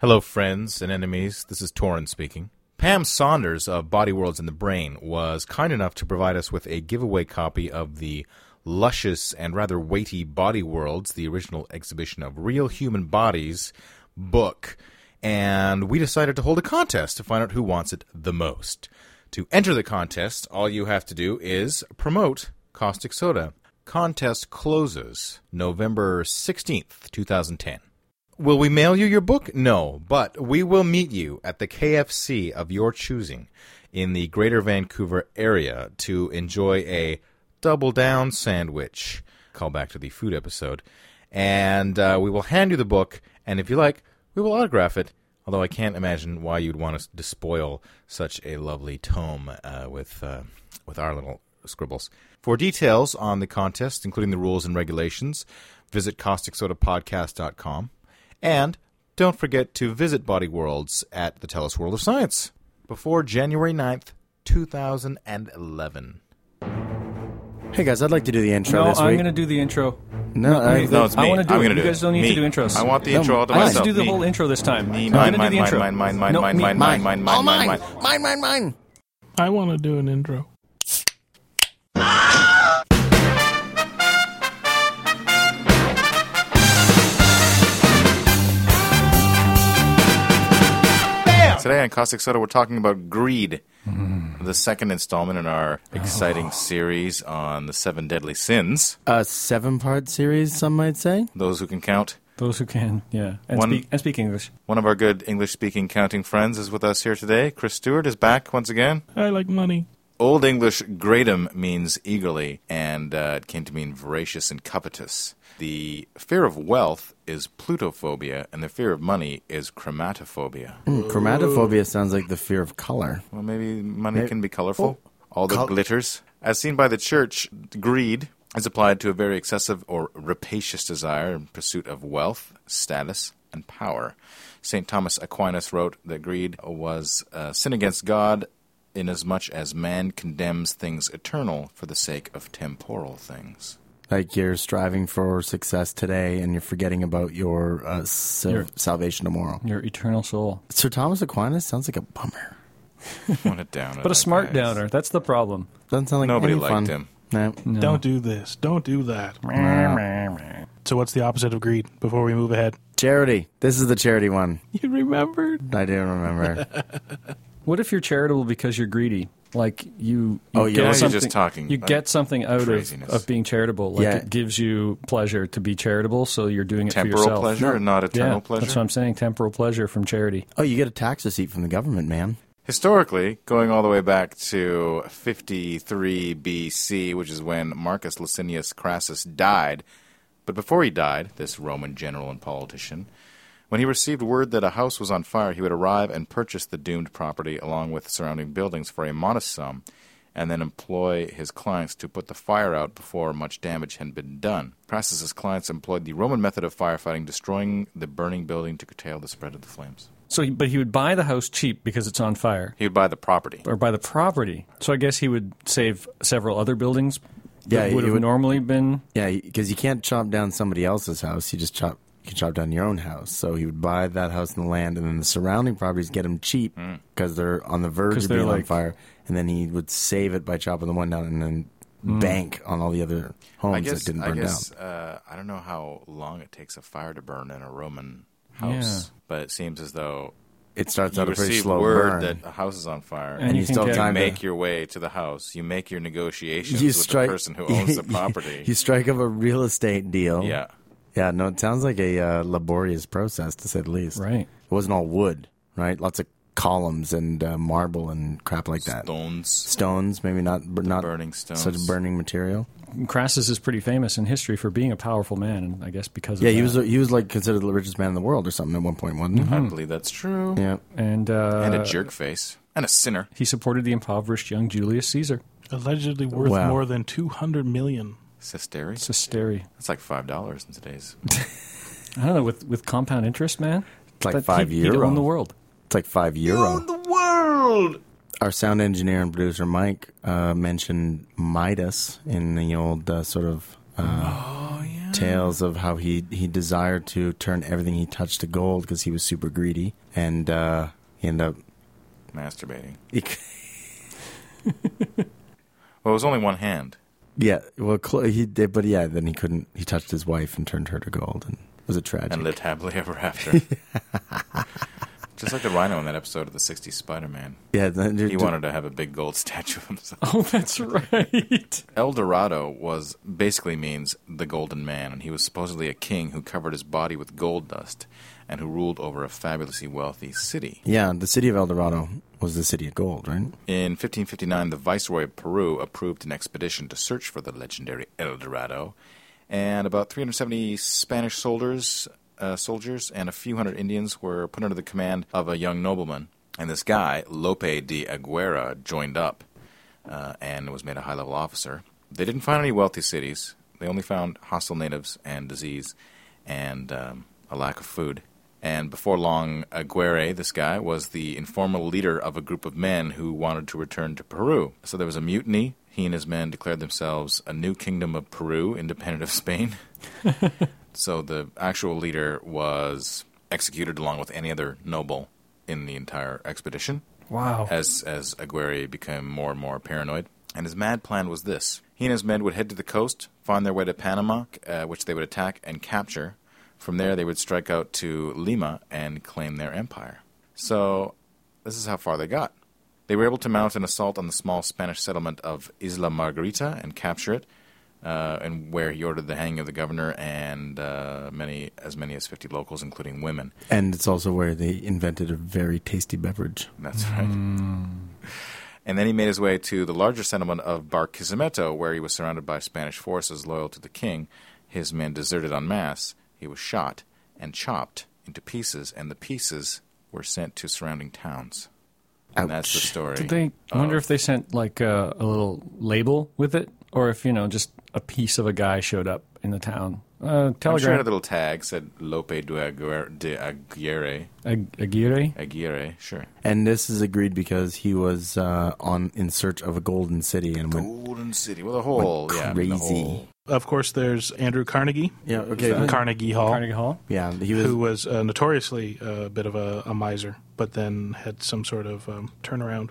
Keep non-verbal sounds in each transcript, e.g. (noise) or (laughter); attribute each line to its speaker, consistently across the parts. Speaker 1: Hello, friends and enemies. This is Torin speaking. Pam Saunders of Body Worlds in the Brain was kind enough to provide us with a giveaway copy of the luscious and rather weighty Body Worlds, the original exhibition of real human bodies book, and we decided to hold a contest to find out who wants it the most. To enter the contest, all you have to do is promote Caustic Soda. Contest closes November 16th, 2010. Will we mail you your book? No, but we will meet you at the KFC of your choosing in the greater Vancouver area to enjoy a double down sandwich. Call back to the food episode. And uh, we will hand you the book, and if you like, we will autograph it. Although I can't imagine why you'd want to despoil such a lovely tome uh, with, uh, with our little scribbles. For details on the contest, including the rules and regulations, visit causticsodapodcast.com. And don't forget to visit Body Worlds at the Tellus World of Science before January 9th, 2011.
Speaker 2: Hey guys, I'd like to do the intro
Speaker 3: No,
Speaker 2: this
Speaker 3: I'm
Speaker 2: week.
Speaker 3: going to do the intro.
Speaker 2: No, I,
Speaker 3: No,
Speaker 4: it's me.
Speaker 3: I want to do
Speaker 4: I'm gonna
Speaker 3: it. You
Speaker 4: do it.
Speaker 3: guys don't need
Speaker 4: Me.
Speaker 3: to do intros.
Speaker 4: I want the intro all to
Speaker 2: I
Speaker 3: I
Speaker 2: want
Speaker 3: have to
Speaker 4: myself.
Speaker 3: do the
Speaker 4: Me.
Speaker 3: whole intro this time.
Speaker 4: Me, mine,
Speaker 3: I'm gonna do the
Speaker 4: mine,
Speaker 3: intro.
Speaker 4: mine, mine, mine,
Speaker 3: No,
Speaker 4: mine,
Speaker 3: me.
Speaker 4: mine,
Speaker 2: mine,
Speaker 4: mine,
Speaker 2: all
Speaker 4: mine,
Speaker 2: mine,
Speaker 4: mine,
Speaker 2: mine, mine, mine.
Speaker 5: I want to do an intro.
Speaker 4: Today on Caustic Soda, we're talking about greed,
Speaker 3: Mm-hmm.
Speaker 4: the second installment in our
Speaker 3: Oh.
Speaker 4: exciting series on the seven deadly sins.
Speaker 2: A seven-part series, some might say.
Speaker 4: Those who can count.
Speaker 3: Those who can, yeah, and,
Speaker 4: One-
Speaker 3: speak, and speak English.
Speaker 4: One of our good English speaking counting friends is with us here today. Chris Stewart is back once again.
Speaker 5: I like money.
Speaker 4: Old English gratum means eagerly, and uh, it came to mean voracious and covetous. The fear of wealth is plutophobia, and the fear of money is chromatophobia.
Speaker 2: Hmm, Chromatophobia sounds like the fear of color.
Speaker 4: Well, maybe money
Speaker 2: May-
Speaker 4: can be colorful.
Speaker 3: Oh,
Speaker 4: All that
Speaker 2: col-
Speaker 4: glitters. As seen by the church, greed is applied to a very excessive or rapacious desire in pursuit of wealth, status, and power. St. Thomas Aquinas wrote that greed was a sin against God inasmuch as man condemns things eternal for the sake of temporal
Speaker 3: (laughs)
Speaker 4: things.
Speaker 2: Like you're striving for success today, and you're forgetting about your, uh, sal-
Speaker 3: Your-
Speaker 2: salvation tomorrow.
Speaker 3: Your eternal soul,
Speaker 2: Sir Thomas Aquinas sounds like a bummer.
Speaker 4: What a downer.
Speaker 3: but a
Speaker 4: that guy
Speaker 3: smart
Speaker 4: is.
Speaker 3: downer. That's the problem.
Speaker 2: Doesn't sound like
Speaker 4: Nobody
Speaker 2: any
Speaker 4: liked
Speaker 2: fun.
Speaker 4: him.
Speaker 2: No.
Speaker 5: Don't do this. Don't do that. So, what's the opposite of greed before we move ahead?
Speaker 2: Charity. This is the charity one.
Speaker 5: (laughs) You remembered?
Speaker 2: I didn't
Speaker 3: (laughs)
Speaker 2: remember.
Speaker 3: What if you're charitable because you're greedy? Like you, you
Speaker 2: Oh, yeah.
Speaker 3: get
Speaker 2: Now you're
Speaker 4: just
Speaker 3: something-
Speaker 4: talking
Speaker 3: You
Speaker 4: about
Speaker 3: get something out of,
Speaker 4: craziness.
Speaker 3: of being charitable. Like
Speaker 2: Yeah.
Speaker 3: it gives you pleasure to be charitable, so you're doing it for
Speaker 4: Temporal
Speaker 3: yourself.
Speaker 4: pleasure and not
Speaker 3: Yeah,
Speaker 4: eternal pleasure.
Speaker 3: that's what I'm saying. Temporal pleasure from charity.
Speaker 2: oh, you get a tax receipt from the government, man.
Speaker 4: Historically, going all the way back to 53 BC, which is when Marcus Licinius Crassus died. But before he died, this Roman general and politician, when he received word that a house was on fire, he would arrive and purchase the doomed property along with surrounding buildings for a modest sum, and then employ his clients to put the fire out before much damage had been done. Crassus's clients employed the Roman method of firefighting, destroying the burning building to curtail the spread of the flames.
Speaker 3: So, he- but he would buy the house cheap because it's on fire.
Speaker 4: He would buy the property.
Speaker 3: or by the property. So I guess he would save several other buildings that
Speaker 2: Yeah,
Speaker 3: would
Speaker 2: he
Speaker 3: have
Speaker 2: would-
Speaker 3: normally been.
Speaker 2: Yeah, because you can't chop down somebody else's house. You just chop. You can chop down your own house. So he would buy that house and the land, and then the surrounding properties get him cheap
Speaker 4: Mm.
Speaker 2: because they're on the verge
Speaker 3: 'Cause
Speaker 2: of
Speaker 3: they're
Speaker 2: being on
Speaker 3: like-
Speaker 2: fire. And then he would save it by chopping the one down and then bank on all the other homes
Speaker 4: Mm. I guess,
Speaker 2: that didn't
Speaker 4: I
Speaker 2: burn
Speaker 4: guess,
Speaker 2: down.
Speaker 4: Uh, I don't know how long it takes a fire to burn in a Roman house, but it seems as though
Speaker 2: It starts
Speaker 4: you
Speaker 2: out a pretty
Speaker 4: receive
Speaker 2: slow
Speaker 4: word
Speaker 2: burn.
Speaker 4: that a house is on fire,
Speaker 3: And
Speaker 2: and
Speaker 3: you
Speaker 2: you
Speaker 3: can
Speaker 2: still have
Speaker 3: get-
Speaker 2: time
Speaker 4: make
Speaker 2: to,
Speaker 4: your way to the house. You make your negotiations
Speaker 2: you
Speaker 4: with
Speaker 2: strike
Speaker 4: the person who owns the
Speaker 2: (laughs) you-
Speaker 4: property.
Speaker 2: You strike up a real estate deal. (laughs)
Speaker 4: yeah,
Speaker 2: yeah. No, it sounds like a uh, laborious process to say the least.
Speaker 3: Right.
Speaker 2: It wasn't all wood, right? Lots of columns and uh, marble and crap like that.
Speaker 4: stones,
Speaker 2: stones, maybe not but not
Speaker 4: burning stones.
Speaker 2: such burning material.
Speaker 3: Crassus is pretty famous in history for being a powerful man, and I guess because of
Speaker 2: Yeah, Mm-hmm. he
Speaker 3: that.
Speaker 2: was he was like considered the richest man in the world or something at one point, wasn't he?
Speaker 4: I believe that's true.
Speaker 2: Hmm. Yeah,
Speaker 3: and uh,
Speaker 4: And a jerk face and a sinner.
Speaker 3: He supported the impoverished young Julius Caesar.
Speaker 5: Allegedly worth
Speaker 2: Wow.
Speaker 5: more than 200 million.
Speaker 4: Sisteri.
Speaker 3: It's a stary.
Speaker 4: That's like five dollars in today's.
Speaker 3: I don't know with with compound interest, man.
Speaker 2: It's like
Speaker 3: that
Speaker 2: five
Speaker 3: he, he'd
Speaker 2: euro.
Speaker 3: own the world. (laughs)
Speaker 2: it's like five euro. the world. Our sound engineer and producer
Speaker 4: Oh,
Speaker 2: Mike uh, mentioned Midas in the old uh, sort of uh, tales of how he, he desired to turn everything he touched to gold because he was super greedy, and uh, he ended up.
Speaker 4: Masturbating.
Speaker 2: he-
Speaker 4: Well, it was only one hand.
Speaker 2: yeah, well, cl- he did, but yeah, then he couldn't. He touched his wife and turned her to gold, and it was a tragedy.
Speaker 4: and lived happily ever after. Just like the rhino in that episode of the 60s Spider Man.
Speaker 2: yeah, then,
Speaker 4: He wanted to have a big gold (laughs) statue of himself.
Speaker 3: Oh, that's right.
Speaker 4: El Dorado was basically means the golden man, and he was supposedly a king who covered his body with gold dust and who ruled over a fabulously wealthy city.
Speaker 2: Yeah, the city of El Dorado was the city of gold, right?
Speaker 4: In 1559, the Viceroy of Peru approved an expedition to search for the legendary El Dorado, and about 370 Spanish soldiers, uh, soldiers and a few hundred Indians were put under the command of a young nobleman. And this guy, Lope de Aguera, joined up uh, and was made a high level officer. They didn't find any wealthy cities, they only found hostile natives and disease and um, a lack of food. And before long, Aguirre, this guy, was the informal leader of a group of men who wanted to return to Peru. So there was a mutiny. He and his men declared themselves a new kingdom of Peru, independent of Spain. (laughs) so the actual leader was executed along with any other noble in the entire expedition
Speaker 3: Wow.
Speaker 4: as as Aguirre became more and more paranoid. And his mad plan was this: he and his men would head to the coast, find their way to Panama, uh, which they would attack and capture. From there, they would strike out to Lima and claim their empire. So, this is how far they got. They were able to mount an assault on the small Spanish settlement of Isla Margarita and capture it, uh, and where he ordered the hanging of the governor and uh, many as many as fifty locals, including women.
Speaker 2: And it's also where they invented a very tasty beverage.
Speaker 4: That's right.
Speaker 2: Mm.
Speaker 4: And then he made his way to the larger settlement of Barquisimeto, where he was surrounded by Spanish forces loyal to the king. His men deserted en masse. He was shot and chopped into pieces, and the pieces were sent to surrounding towns. And that's the
Speaker 2: Ouch.
Speaker 4: story.
Speaker 3: Did they I
Speaker 2: Oh.
Speaker 3: wonder if they sent like uh, a, a little label with it, or if you know just a piece of a guy showed up in the town? Uh,
Speaker 4: I'm sure it
Speaker 3: telegram
Speaker 4: had a little tag said Lope de Aguirre, de Aguirre,
Speaker 3: Ag- Aguirre.
Speaker 4: Aguirre, sure.
Speaker 2: And this is agreed because he was uh, on in search of a golden city and went.
Speaker 4: Golden City. Well, the whole, yeah, I mean, the
Speaker 2: crazy.
Speaker 4: whole-
Speaker 5: Of course, there's Andrew Carnegie.
Speaker 2: Yeah, okay.
Speaker 5: Carnegie Hall,
Speaker 3: Carnegie Hall.
Speaker 2: yeah, he Oh. was.
Speaker 5: who was uh, notoriously a bit of a, a miser, but then had some sort of um, turnaround,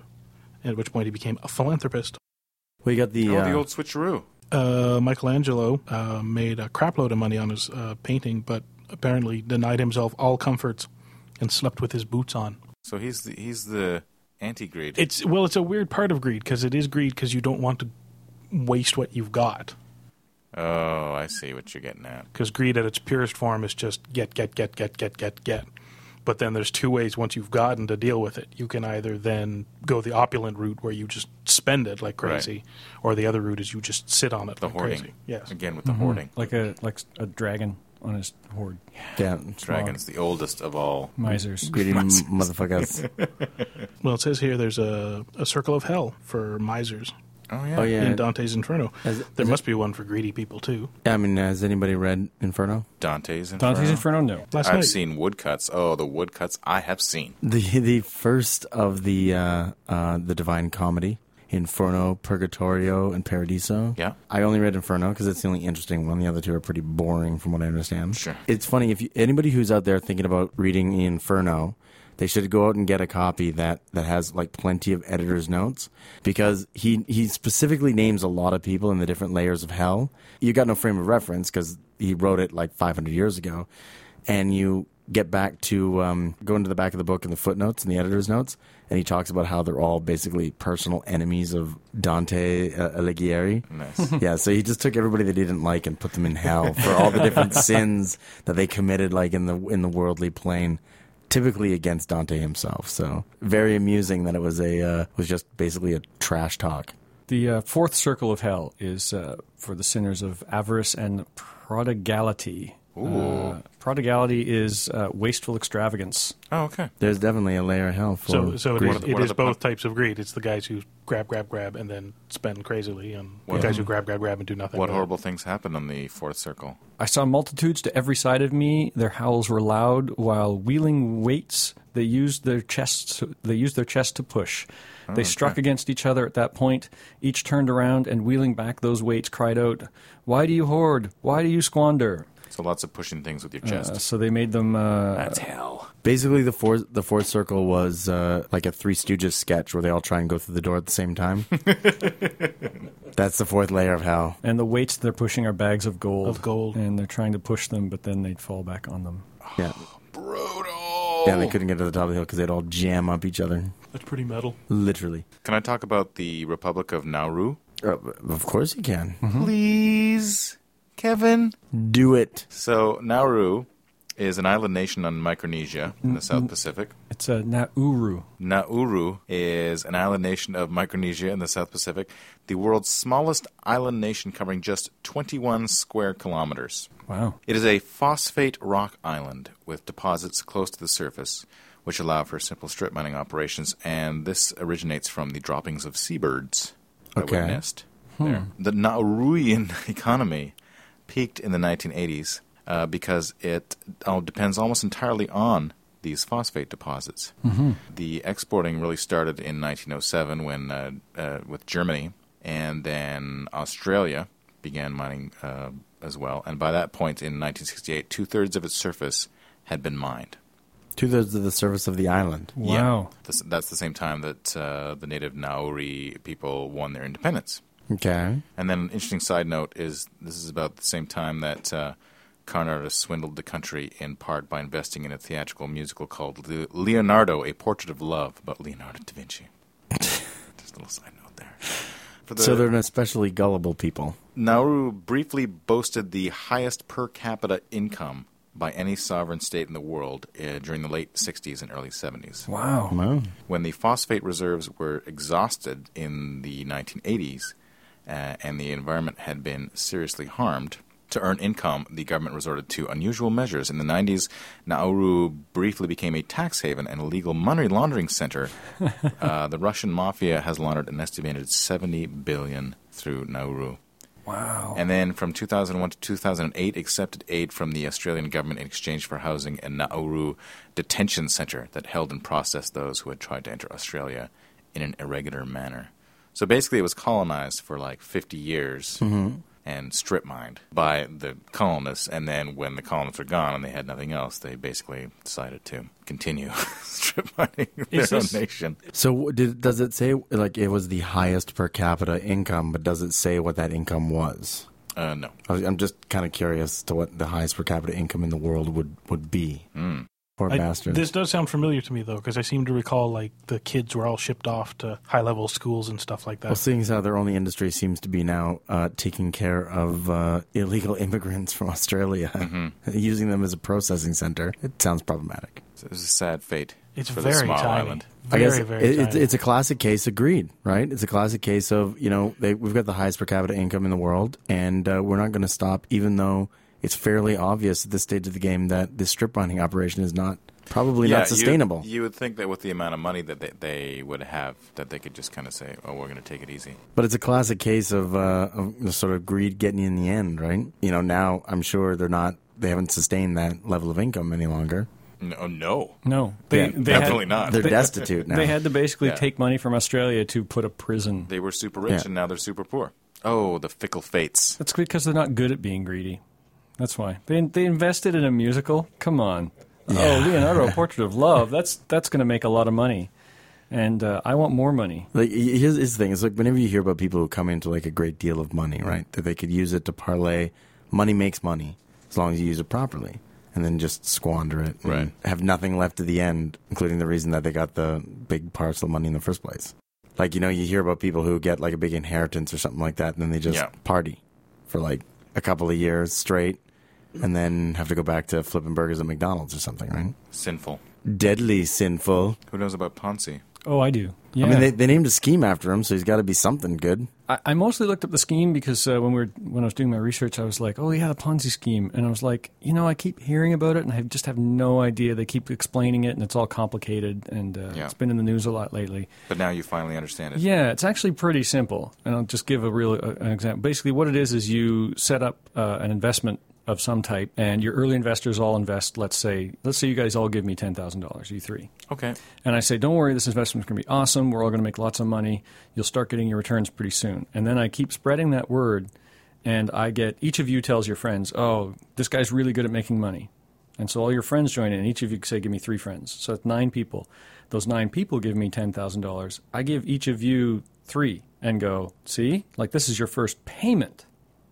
Speaker 5: at which point he became a philanthropist.
Speaker 2: we got the,
Speaker 4: oh,
Speaker 2: uh,
Speaker 4: the old switcheroo.
Speaker 5: Uh, Michelangelo uh, made a crapload of money on his uh, painting, but apparently denied himself all comforts and slept with his boots on.
Speaker 4: So he's the, he's the anti-greed.
Speaker 5: It's well, it's a weird part of greed because it is greed because you don't want to waste what you've got.
Speaker 4: oh, I see what you're getting at.
Speaker 5: because greed at its purest form is just get, get, get, get, get, get, get. But then there's two ways once you've gotten to deal with it. You can either then go the opulent route where you just spend it like crazy, or the other route is you just sit on it
Speaker 4: The
Speaker 5: like
Speaker 4: hoarding.
Speaker 5: crazy. Yes.
Speaker 4: Again
Speaker 3: Mm-hmm.
Speaker 4: with the hoarding.
Speaker 3: like a like a dragon on his horde.
Speaker 2: yeah,
Speaker 4: Dragon's the oldest of all.
Speaker 3: Misers.
Speaker 2: greedy
Speaker 3: (laughs)
Speaker 4: (laughs)
Speaker 2: m- motherfuckers.
Speaker 5: Well, it says here there's a, a circle of hell for misers
Speaker 4: Oh yeah.
Speaker 2: Oh yeah.
Speaker 5: in Dante's Inferno. there must be one for greedy people too.
Speaker 2: I mean, has anybody read Inferno?
Speaker 4: Dante's Inferno.
Speaker 3: Dante's Inferno. No.
Speaker 5: Last
Speaker 4: I've
Speaker 5: night,
Speaker 4: seen woodcuts. Oh, the woodcuts I have seen.
Speaker 2: The the first of the uh, uh, the Divine Comedy, Inferno, Purgatorio, and Paradiso.
Speaker 4: Yeah.
Speaker 2: I only read Inferno because it's the only interesting one. The other two are pretty boring, from what I understand.
Speaker 4: Sure.
Speaker 2: It's funny if you, anybody who's out there thinking about reading Inferno, they should go out and get a copy that that has like plenty of editor's notes because he he specifically names a lot of people in the different layers of hell. You got no frame of reference because he wrote it like 500 years ago, and you get back to um, go into the back of the book and the footnotes and the editor's notes, and he talks about how they're all basically personal enemies of Dante uh, Alighieri.
Speaker 4: Nice.
Speaker 2: (laughs) Yeah, so he just took everybody that he didn't like and put them in hell for all the different sins that they committed, like in the in the worldly plane, typically against Dante himself. So very amusing that it was a uh, was just basically a trash talk.
Speaker 3: The uh, fourth circle of hell is uh, for the sinners of avarice and prodigality. Uh, prodigality is uh, wasteful extravagance.
Speaker 4: Oh okay.
Speaker 2: There's definitely a layer of hell for
Speaker 5: so so it
Speaker 2: greed.
Speaker 5: is,
Speaker 4: the-
Speaker 5: it
Speaker 4: what are
Speaker 5: is
Speaker 4: the
Speaker 5: both types of greed. It's the guys who grab, grab, grab, and then spend crazily, and
Speaker 4: What-
Speaker 5: the guys who grab, grab, grab, and do nothing.
Speaker 4: What
Speaker 5: with it.
Speaker 4: horrible things happened on the fourth circle?
Speaker 3: I saw multitudes to every side of me. Their howls were loud, while wheeling weights They used their chests. They used their chest to push. they struck against each other at that point. Each turned around and wheeling back those weights, cried out, "Why do you hoard? Why do you squander?"
Speaker 4: So lots of pushing things with your chest.
Speaker 3: Uh, so they made them. Uh,
Speaker 4: That's hell.
Speaker 2: Basically, the fourth the fourth circle was uh, like a Three Stooges sketch where they all try and go through the door at the same
Speaker 5: (laughs)
Speaker 2: time. That's the fourth layer of hell.
Speaker 3: and the weights they're pushing are bags of gold.
Speaker 5: Of gold.
Speaker 3: And they're trying to push them, but then they'd fall back on them.
Speaker 2: Yeah,
Speaker 4: Brutal.
Speaker 2: yeah. They couldn't get to the top of the hill because they'd all jam up each other,
Speaker 5: That's pretty metal.
Speaker 2: literally.
Speaker 4: Can I talk about the Republic of Nauru?
Speaker 2: Uh, of course you can.
Speaker 4: Please, Kevin.
Speaker 2: Do it.
Speaker 4: So Nauru is an island nation on Micronesia in the South Pacific.
Speaker 3: It's a Nauru.
Speaker 4: Nauru is an island nation of Micronesia in the South Pacific, the world's smallest island nation covering just 21 square kilometers.
Speaker 3: Wow.
Speaker 4: It is a phosphate rock island with deposits close to the surface, which allow for simple strip mining operations, and this originates from the droppings of seabirds that would
Speaker 2: Okay.
Speaker 4: nest there. Hmm. The Nauruian economy peaked in the 1980s uh, because it all depends almost entirely on these phosphate deposits. The exporting really started in 1907 when uh, uh, with Germany, and then Australia began mining uh, as well. And by that point, in 1968, two thirds of its surface had been mined.
Speaker 2: Two thirds of the surface of the island.
Speaker 3: Wow.
Speaker 4: Yeah. This- That's the same time that uh, the native Nauri people won their independence.
Speaker 2: Okay.
Speaker 4: And then an interesting side note is this is about the same time that uh, con artists swindled the country in part by investing in a theatrical musical called Le- Leonardo, A Portrait of Love, about Leonardo da (laughs) Vinci. Just a little side note there. For the-
Speaker 2: so they're an especially gullible people.
Speaker 4: Nauru briefly boasted the highest per capita income by any sovereign state in the world uh, during the late 60s and early 70s.
Speaker 3: Wow.
Speaker 2: Wow.
Speaker 4: When the phosphate reserves were exhausted in the 1980s uh, and the environment had been seriously harmed, to earn income, the government resorted to unusual measures. In the 90s, Nauru briefly became a tax haven and illegal money laundering center. uh, the Russian mafia has laundered an estimated 70 billion through Nauru
Speaker 3: Wow.
Speaker 4: and then from 2001 to 2008 accepted aid from the Australian government in exchange for housing a Nauru detention center that held and processed those who had tried to enter Australia in an irregular manner. So basically, it was colonized for like 50 years
Speaker 3: Mm-hmm.
Speaker 4: and strip mined by the colonists. And then when the colonists were gone and they had nothing else, they basically decided to continue (laughs) strip mining their
Speaker 3: Is this-
Speaker 4: own nation.
Speaker 2: So did, does it say like it was the highest per capita income, but does it say what that income was?
Speaker 4: Uh, no.
Speaker 2: I was- I'm just kind of curious to what the highest per capita income in the world would would be. Poor
Speaker 5: I-
Speaker 2: bastard.
Speaker 5: this does sound familiar to me though, because I seem to recall like the kids were all shipped off to high level schools and stuff like that.
Speaker 2: well, seeing as how their only industry seems to be now uh, taking care of uh, illegal (laughs) immigrants from Australia, (laughs) using them as a processing center, it sounds problematic.
Speaker 4: So it was a sad fate
Speaker 5: it's
Speaker 4: for
Speaker 5: very
Speaker 4: the small
Speaker 5: tiny,
Speaker 4: island.
Speaker 5: very
Speaker 2: I guess
Speaker 5: very
Speaker 2: it, it's,
Speaker 5: tiny.
Speaker 2: it's a classic case of greed, right? It's a classic case of you know they, we've got the highest per capita income in the world, and uh, we're not going to stop, even though it's fairly obvious at this stage of the game that this strip mining operation is not probably
Speaker 4: Yeah,
Speaker 2: not
Speaker 4: you-
Speaker 2: sustainable.
Speaker 4: You, would think that with the amount of money that they, they would have, that they could just kind of say, "Oh, we're going to take it easy."
Speaker 2: But it's a classic case of, uh, of the sort of greed getting you in the end, right? You know, now I'm sure they're not, they haven't sustained that level of income any longer.
Speaker 4: No, oh, no,
Speaker 3: No. They,
Speaker 2: Yeah,
Speaker 3: they
Speaker 4: definitely
Speaker 3: had,
Speaker 4: not.
Speaker 2: They're destitute now.
Speaker 3: They had to basically
Speaker 4: Yeah.
Speaker 3: take money from Australia to put a prison.
Speaker 4: They were super rich,
Speaker 2: Yeah.
Speaker 4: and now they're super poor. Oh, the fickle fates.
Speaker 3: That's because they're not good at being greedy. That's why they they invested in a musical. Come on, oh Leonardo, a Portrait of Love. That's that's going to make a lot of money, and uh, I want more money.
Speaker 2: Like y- here's, here's the thing: it's like whenever you hear about people who come into like a great deal of money, right? That they could use it to parlay. Money makes money as long as you use it properly, and then just squander it, and
Speaker 4: Right.
Speaker 2: Have nothing left at the end, including the reason that they got the big parcel of money in the first place. Like you know, you hear about people who get like a big inheritance or something like that, and then they just
Speaker 4: Yeah.
Speaker 2: party for like a couple of years straight, and then have to go back to flipping burgers at McDonald's or something, right?
Speaker 4: Sinful.
Speaker 2: Deadly sinful.
Speaker 4: Who knows about Ponzi?
Speaker 3: Oh, I do. Yeah.
Speaker 2: I mean, they, they named a scheme after him, so he's got to be something good.
Speaker 3: I, I mostly looked up the scheme because uh, when we were when I was doing my research, I was like, "Oh yeah, the Ponzi scheme," and I was like, "You know, I keep hearing about it, and I just have no idea." They keep explaining it, and it's all complicated, and uh,
Speaker 4: Yeah.
Speaker 3: it's been in the news a lot lately.
Speaker 4: But now you finally understand it.
Speaker 3: Yeah, it's actually pretty simple, and I'll just give a real uh, an example. Basically, what it is is you set up uh, an investment of some type, and your early investors all invest. Let's say, let's say you guys all give me ten thousand dollars, you three,
Speaker 4: Okay.
Speaker 3: and I say, don't worry, this investment's going to be awesome. We're all going to make lots of money. You'll start getting your returns pretty soon. And then I keep spreading that word, and I get each of you tells your friends, oh, this guy's really good at making money. And so all your friends join in. Each of you say, give me three friends. So that's nine people. Those nine people give me $10,000. I give each of you three and go, see, like this is your first payment.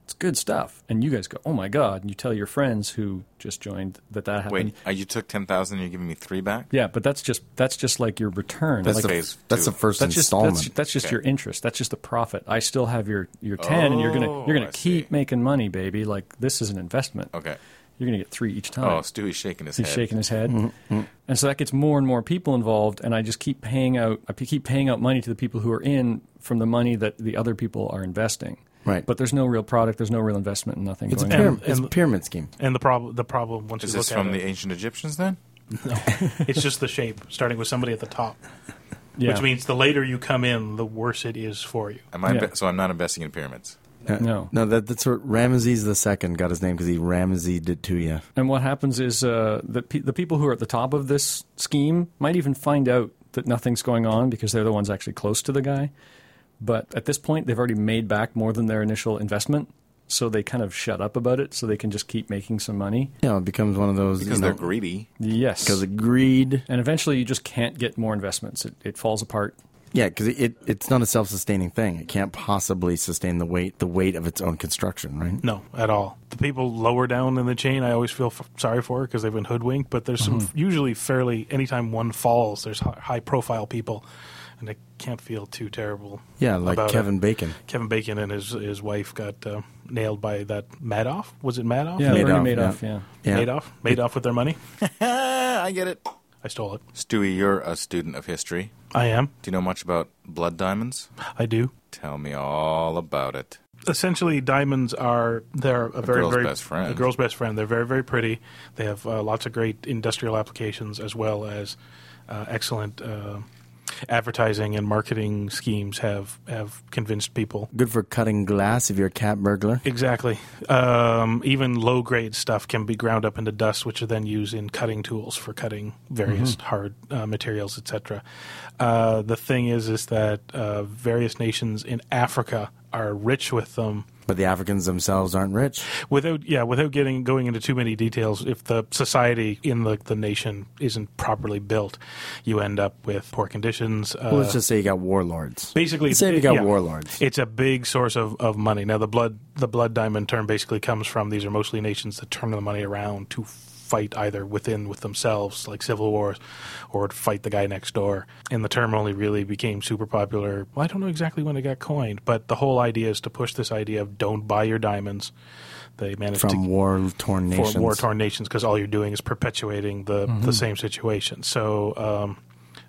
Speaker 3: It's good stuff. And you guys go, oh my God. And you tell your friends who just joined that that happened.
Speaker 4: Wait, uh, you took 10,000 and you're giving me three back?
Speaker 3: Yeah, but that's just that's just like your return.
Speaker 2: That's
Speaker 3: Like,
Speaker 2: the
Speaker 4: phase
Speaker 2: that's
Speaker 4: two.
Speaker 2: the first
Speaker 3: that's just
Speaker 2: installment.
Speaker 3: that's, that's just
Speaker 4: Okay.
Speaker 3: your interest. That's just the profit. I still have your your ten, and you're gonna you're
Speaker 4: Oh,
Speaker 3: gonna
Speaker 4: I
Speaker 3: keep
Speaker 4: see.
Speaker 3: making money, baby. Like this is an investment.
Speaker 4: Okay.
Speaker 3: You're gonna get three each time.
Speaker 4: Oh, Stewie's shaking his
Speaker 3: He's
Speaker 4: head.
Speaker 3: shaking his head,
Speaker 2: Mm-hmm.
Speaker 3: and so that gets more and more people involved. And I just keep paying out. I keep paying out money to the people who are in from the money that the other people are investing.
Speaker 2: Right.
Speaker 3: But there's no real product. There's no real investment. and Nothing.
Speaker 2: it's a
Speaker 3: going
Speaker 2: pyramid,
Speaker 3: on.
Speaker 2: it's a pyramid scheme.
Speaker 5: And the problem, the problem once
Speaker 4: Is
Speaker 5: you look
Speaker 4: this from
Speaker 5: at
Speaker 4: the
Speaker 5: it,
Speaker 4: ancient Egyptians then?
Speaker 5: it's just the shape, starting with somebody at the top,
Speaker 3: Yeah.
Speaker 5: which means the later you come in, the worse it is for you.
Speaker 4: Am I
Speaker 3: Yeah.
Speaker 4: inve- so I'm not investing in pyramids.
Speaker 2: Uh,
Speaker 3: No.
Speaker 2: no, that, that's where Ramesses the second got his name because he Ramesses it to you.
Speaker 3: And what happens is uh, the pe- the people who are at the top of this scheme might even find out that nothing's going on because they're the ones actually close to the guy. But at this point, they've already made back more than their initial investment, so they kind of shut up about it, so they can just keep making some money.
Speaker 2: You know, it becomes one of those
Speaker 4: Because
Speaker 2: you know,
Speaker 4: they're greedy. (laughs)
Speaker 3: Yes,
Speaker 2: 'cause of greed.
Speaker 3: and eventually you just can't get more investments. It, it falls apart.
Speaker 2: Yeah, because it, it it's not a self sustaining thing. It can't possibly sustain the weight the weight of its own construction, right?
Speaker 5: No, at all. The people lower down in the chain, I always feel f- sorry for because they've been hoodwinked. But there's some
Speaker 2: Mm-hmm.
Speaker 5: usually fairly anytime one falls, there's high profile people, and I can't feel too terrible.
Speaker 2: Yeah, like
Speaker 5: about it.
Speaker 2: Kevin Bacon.
Speaker 5: Kevin Bacon and his his wife got uh, nailed by that Madoff. Was it Madoff?
Speaker 3: Yeah,
Speaker 2: Madoff,
Speaker 3: Bernie
Speaker 2: yeah.
Speaker 3: Madoff. Yeah.
Speaker 2: Yeah.
Speaker 5: Madoff. Madoff with their money.
Speaker 4: Ah, I get it.
Speaker 5: I stole it.
Speaker 4: Stewie, you're a student of history.
Speaker 5: I am.
Speaker 4: Do you know much about blood diamonds?
Speaker 5: I do.
Speaker 4: Tell me all about it.
Speaker 5: essentially diamonds are they're a, very
Speaker 4: girl's
Speaker 5: very
Speaker 4: best friend.
Speaker 5: a girl's best friend. They're very very pretty. They have uh, lots of great industrial applications as well as uh, excellent uh, advertising and marketing schemes have have convinced people.
Speaker 2: Good for cutting glass if you're a cat burglar.
Speaker 5: Exactly. Um, even low grade stuff can be ground up into dust, which are then used in cutting tools for cutting various
Speaker 4: Mm-hmm.
Speaker 5: hard uh, materials, etc. Uh, the thing is, is that uh, various nations in Africa are rich with them.
Speaker 2: But the Africans themselves aren't rich.
Speaker 5: without yeah without getting going into too many details if the society in the, the nation isn't properly built you end up with poor conditions uh,
Speaker 2: Well, let's just say you got warlords.
Speaker 5: basically
Speaker 2: Let's say we got
Speaker 5: yeah.
Speaker 2: warlords.
Speaker 5: it's a big source of, of money now the blood the blood diamond term basically comes from these are mostly nations that turn the money around to fight either within with themselves like civil wars or to fight the guy next door and the term only really became super popular well, i don't know exactly when it got coined but the whole idea is to push this idea of don't buy your diamonds they managed to
Speaker 2: from war torn nations.
Speaker 5: for war torn nations because all you're doing is perpetuating the, the same situation. So, um,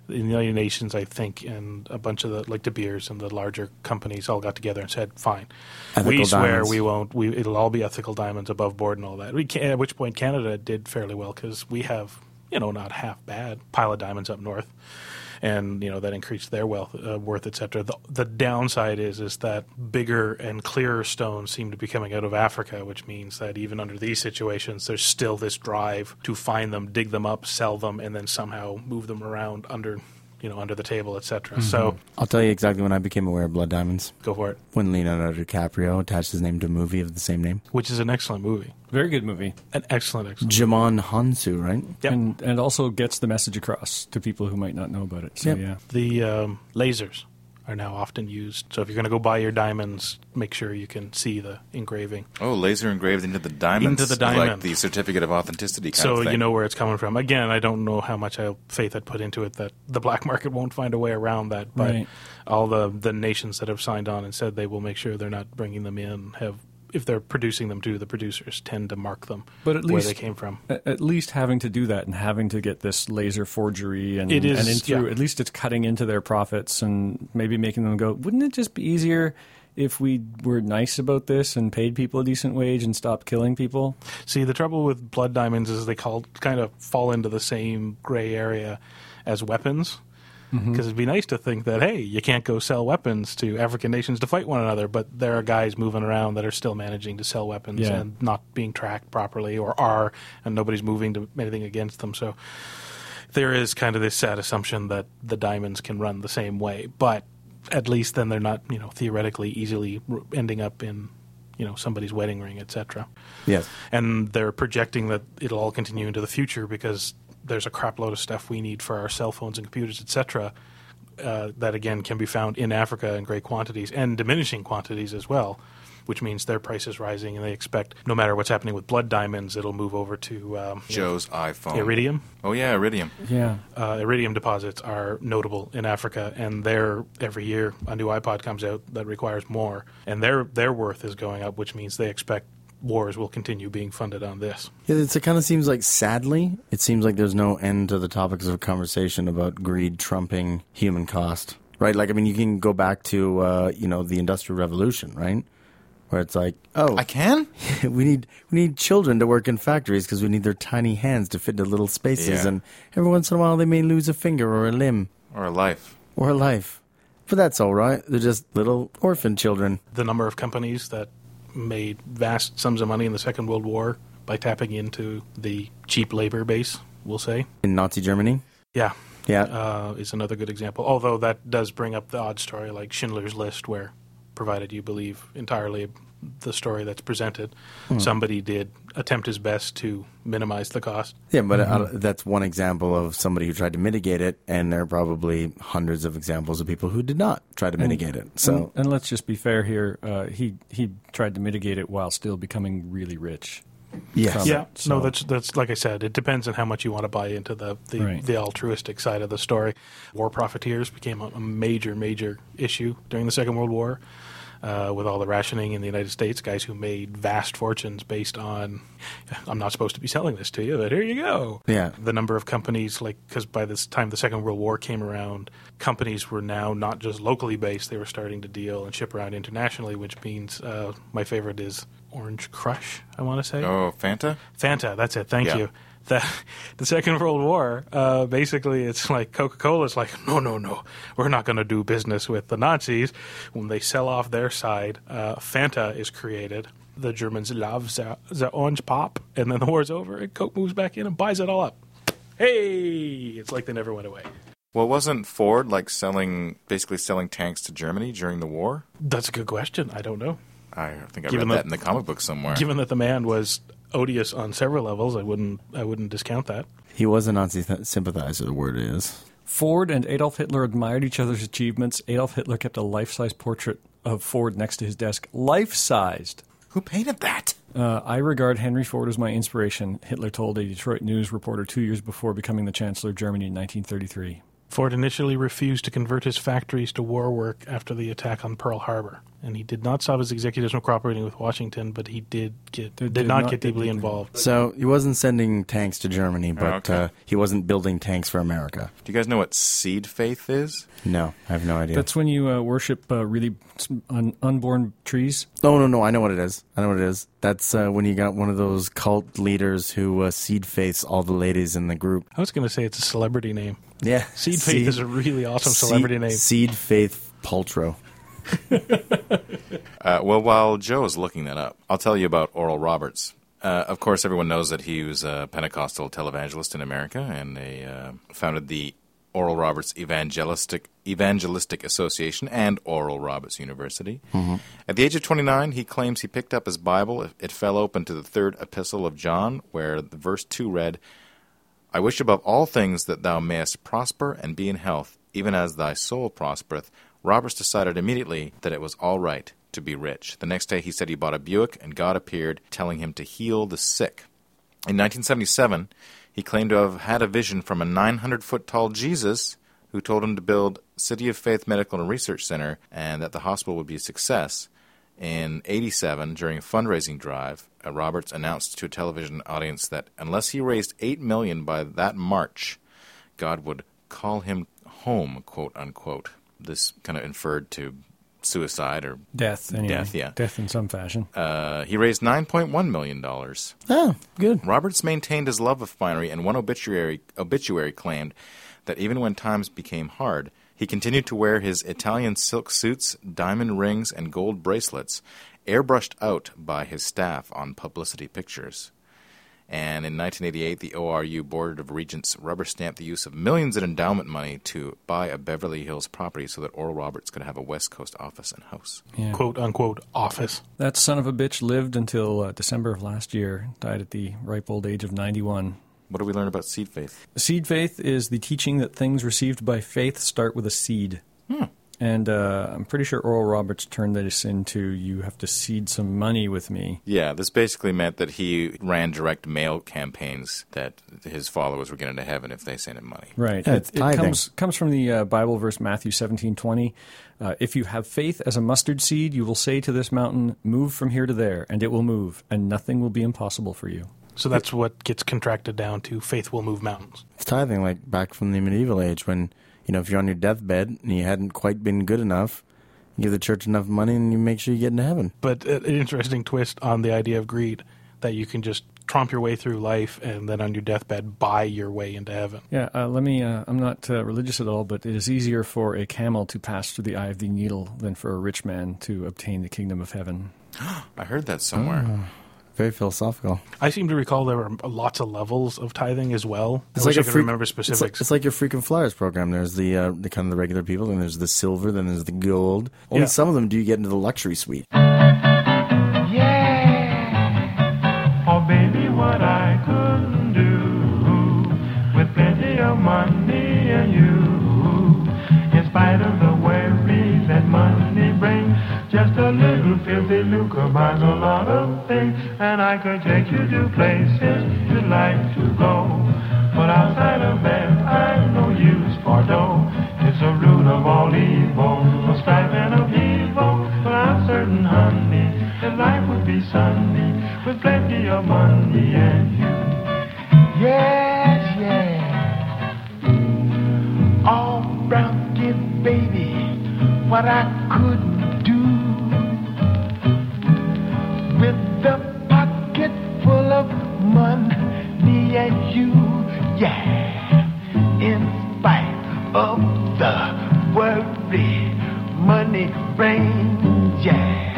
Speaker 5: the United Nations, I think, and a bunch of the like De Beers and the larger companies all got together and said, "Fine, we
Speaker 2: Ethical
Speaker 5: swear
Speaker 2: diamonds.
Speaker 5: we won't. We it'll all be ethical diamonds above board and all that." We can, at which point Canada did fairly well because we have you know not half bad pile of diamonds up north. And you know that increased their wealth, uh, worth, etc. The, the downside is is that bigger and clearer stones seem to be coming out of Africa, which means that even under these situations, there's still this drive to find them, dig them up, sell them, and then somehow move them around under, you know, under the table, etc. So
Speaker 2: I'll tell you exactly when I became aware of blood diamonds.
Speaker 5: go for it.
Speaker 2: When Leonardo DiCaprio attached his name to a movie of the same name.
Speaker 5: Which is an excellent movie,
Speaker 3: Very good movie,
Speaker 5: an excellent, excellent.
Speaker 2: Jamon Hansu, right?
Speaker 5: Yep.
Speaker 3: and and also gets the message across to people who might not know about it. So
Speaker 2: Yep.
Speaker 3: yeah,
Speaker 5: The um, lasers are now often used. So if you're going to go buy your diamonds, make sure you can see the engraving.
Speaker 4: Oh, laser engraved into the diamonds.
Speaker 5: Into the
Speaker 4: Like
Speaker 5: diamond.
Speaker 4: the certificate of authenticity kind of
Speaker 5: so
Speaker 4: thing.
Speaker 5: you know where it's coming from. Again, I don't know how much I, faith I'd put into it that the black (laughs) market won't find a way around that. But
Speaker 3: Right.
Speaker 5: all the the nations that have signed on and said they will make sure they're not bringing them in have. If they're producing them too, the producers tend to mark them
Speaker 3: But at
Speaker 5: where
Speaker 3: least-
Speaker 5: they came from.
Speaker 3: A- at least having to do that and having to get this laser forgery and
Speaker 5: It is,
Speaker 3: and in through
Speaker 5: yeah.
Speaker 3: at least it's cutting into their profits and maybe making them go wouldn't it just be easier if we were nice about this and paid people a decent wage and stopped killing people
Speaker 5: See, the trouble with blood diamonds is they call, kind of fall into the same gray area as weapons. Because it'd be nice to think that hey, you can't go sell weapons to African nations to fight one another, but there are guys moving around that are still managing to sell weapons
Speaker 3: Yeah.
Speaker 5: and not being tracked properly, or are, and nobody's moving to anything against them. So there is kind of this sad assumption that the diamonds can run the same way, but at least then they're not, you know, theoretically easily r- ending up in, you know, somebody's wedding ring, etc.
Speaker 2: Yes.
Speaker 5: And they're projecting that it'll all continue into the future because there's a crap load of stuff we need for our cell phones and computers, etc. Uh, that again can be found in Africa in great quantities and diminishing quantities as well, which means their price is rising, and they expect no matter what's happening with blood diamonds, it'll move over to um,
Speaker 4: Joe's iPhone.
Speaker 5: iridium.
Speaker 4: Oh yeah, iridium.
Speaker 3: Yeah.
Speaker 5: uh, iridium deposits are notable in Africa, and they're every year a new iPod comes out that requires more, and their their worth is going up, which means they expect wars will continue being funded on this.
Speaker 2: It, it's, it kind of seems like, sadly, it seems like there's no end to the topics of conversation about greed trumping human cost, right? Like, I mean, you can go back to, uh, you know, the Industrial Revolution, right? Where it's like, oh,
Speaker 4: I can.
Speaker 2: (laughs) we need we need children to work in factories because we need their tiny hands to fit into little spaces,
Speaker 4: Yeah.
Speaker 2: and every once in a while they may lose a finger or a limb
Speaker 4: Or a life.
Speaker 2: or a life, but that's all right. They're just little orphan children.
Speaker 5: The number of companies that made vast sums of money in the Second World War by tapping into the cheap labor base, we'll say,
Speaker 2: in Nazi Germany.
Speaker 5: yeah,
Speaker 2: Yeah,
Speaker 5: uh, is another good example. Although that does bring up the odd story like Schindler's List, where, provided you believe entirely the story that's presented, somebody did attempt his best to minimize the cost.
Speaker 2: yeah, but uh,
Speaker 5: Mm-hmm.
Speaker 2: that's one example of somebody who tried to mitigate it, and there are probably hundreds of examples of people who did not try
Speaker 5: Mm-hmm.
Speaker 2: to mitigate it.
Speaker 3: and,
Speaker 2: So
Speaker 3: and let's just be fair here. Uh, he he tried to mitigate it while still becoming really rich.
Speaker 2: yes,
Speaker 3: Yeah.
Speaker 5: Yeah, no, that's that's like I said. It depends on how much you want to buy into the the,
Speaker 3: Right.
Speaker 5: the altruistic side of the story. War profiteers became a, a major major issue during the Second World War, uh, with all the rationing in the United States. Guys who made vast fortunes based on, I'm not supposed to be selling this to you, but here you go.
Speaker 2: Yeah.
Speaker 5: the number of companies like because by this time the Second World War came around, companies were now not just locally based; they were starting to deal and ship around internationally, which means uh, my favorite is. Orange Crush, I want to say.
Speaker 4: Oh, Fanta.
Speaker 5: Fanta, that's it. Thank
Speaker 4: Yeah.
Speaker 5: you. The, the Second World War, uh, basically, it's like Coca Cola's like, no, no, no, we're not going to do business with the Nazis. When they sell off their side, uh, Fanta is created. The Germans love the, the orange pop, and then the war's over, and Coke moves back in and buys it all up. Hey! It's like they never went away.
Speaker 4: Well, wasn't Ford like selling basically selling tanks to Germany during the war?
Speaker 5: That's a good question. I don't know.
Speaker 4: I think I
Speaker 5: Given
Speaker 4: read
Speaker 5: that-
Speaker 4: that in the comic book somewhere.
Speaker 5: Given that the man was odious on several levels, I wouldn't. I wouldn't discount that.
Speaker 2: he was a Nazi th- sympathizer. The word is
Speaker 3: Ford and Adolf Hitler admired each other's achievements. Adolf Hitler kept a life-size portrait of Ford next to his desk, life-sized.
Speaker 4: Who painted that?
Speaker 3: Uh, I regard Henry Ford as my inspiration, Hitler told a Detroit News reporter two years before becoming the Chancellor of Germany in 1933.
Speaker 5: Ford initially refused to convert his factories to war work after the attack on Pearl Harbor, and he did not stop his executives from cooperating with Washington, but he did get did,
Speaker 3: did
Speaker 5: not,
Speaker 3: not
Speaker 5: get
Speaker 3: get
Speaker 5: deeply
Speaker 3: deeply-
Speaker 5: involved.
Speaker 2: so he wasn't sending tanks to Germany,
Speaker 5: Oh,
Speaker 2: but
Speaker 4: okay.
Speaker 2: uh, he wasn't building tanks for America.
Speaker 4: Do you guys know what seed faith is?
Speaker 2: No, I have no idea.
Speaker 3: That's when you uh, worship uh, really s- un- unborn trees.
Speaker 2: No, no, no. I know what it is. I know what it is. That's uh, when you got one of those cult leaders who uh, seed face all the ladies in the group.
Speaker 5: I was going to say it's a celebrity name.
Speaker 2: Yeah.
Speaker 5: Seed Faith is a really awesome
Speaker 2: Seed-
Speaker 5: celebrity name.
Speaker 2: Seed Faith Paltrow.
Speaker 4: Uh, well, while Joe is looking that up, I'll tell you about Oral Roberts. Uh, of course, everyone knows that he was a Pentecostal televangelist in America, and they uh, founded the Oral Roberts Evangelistic Evangelistic Association and Oral Roberts University. At the age of 29, he claims he picked up his Bible. It fell open to the third epistle of John, where the verse 2 read, I wish above all things that thou mayest prosper and be in health, even as thy soul prospereth. Roberts decided immediately that it was all right to be rich. The next day he said he bought a Buick, and God appeared, telling him to heal the sick. In 1977, he claimed to have had a vision from a 900 foot tall Jesus who told him to build City of Faith Medical and Research Center and that the hospital would be a success. In 87, during a fundraising drive, uh, Roberts announced to a television audience that unless he raised 8 million by that March, God would call him home, quote unquote. This kind of inferred to suicide or
Speaker 3: Death, anyway.
Speaker 4: Death, yeah.
Speaker 3: Death in some fashion.
Speaker 4: uh, he raised 9.1 million dollars.
Speaker 2: Oh, good.
Speaker 4: Roberts maintained his love of finery, and one obituary, obituary claimed that even when times became hard, he continued to wear his Italian silk suits, diamond rings, and gold bracelets, airbrushed out by his staff on publicity pictures. And in 1988, the ORU Board of Regents rubber stamped the use of millions in endowment money to buy a Beverly Hills property so that Oral Roberts could have a West Coast office and house.
Speaker 3: Yeah.
Speaker 5: quote unquote office.
Speaker 3: That son of a bitch lived until uh, December of last year, died at the ripe old age of 91.
Speaker 4: What do we learn about seed faith?
Speaker 3: Seed faith is the teaching that things received by faith start with a seed.
Speaker 4: Hmm.
Speaker 3: And uh, I'm pretty sure Oral Roberts turned this into you have to seed some money with me.
Speaker 4: Yeah, this basically meant that he ran direct mail campaigns that his followers were getting to heaven if they sent him money.
Speaker 3: Right.
Speaker 2: Yeah,
Speaker 3: it,
Speaker 2: it's
Speaker 3: it
Speaker 2: tithing.
Speaker 3: comes comes from the uh, Bible verse Matthew seventeen twenty. Uh, if you have faith as a mustard seed, you will say to this mountain, "Move from here to there," and it will move, and nothing will be impossible for you.
Speaker 5: So that's what gets contracted down to faith will move mountains.
Speaker 2: It's tithing, like back from the medieval age when, you know, if you're on your deathbed and you hadn't quite been good enough, you give the church enough money and you make sure you get into heaven.
Speaker 5: But uh, an interesting twist on the idea of greed that you can just tromp your way through life and then on your deathbed buy your way into heaven.
Speaker 3: Yeah. Uh, let me. Uh, I'm not uh, religious at all, but it is easier for a camel to pass through the eye of the needle than for a rich man to obtain the kingdom of heaven.
Speaker 4: I heard that somewhere.
Speaker 2: Very philosophical.
Speaker 5: I seem to recall there were lots of levels of tithing as well. I wish I could
Speaker 2: freak-
Speaker 5: remember
Speaker 2: it's like-
Speaker 5: specifics.
Speaker 2: It's like, your freaking flyers program. There's the uh, the kind of the regular people, then there's the silver, then there's the gold. Only
Speaker 5: Yeah.
Speaker 2: some of them do you get into the luxury suite.
Speaker 6: Yeah. Oh, baby, what I couldn't do with plenty of money and you. In spite of the worries that money brings, just a little filthy lucre buys a lot of things. And I could take you to places you'd like to go. But outside of them, I've no use for dough. It's the root of all evil, the strife and upheaval. But I'm certain, honey, that life would be sunny with plenty of money and you. Yes, yes. All round, dear baby, what I could do with the pocket full of money and you, yeah. In spite of the worry money brings, yeah.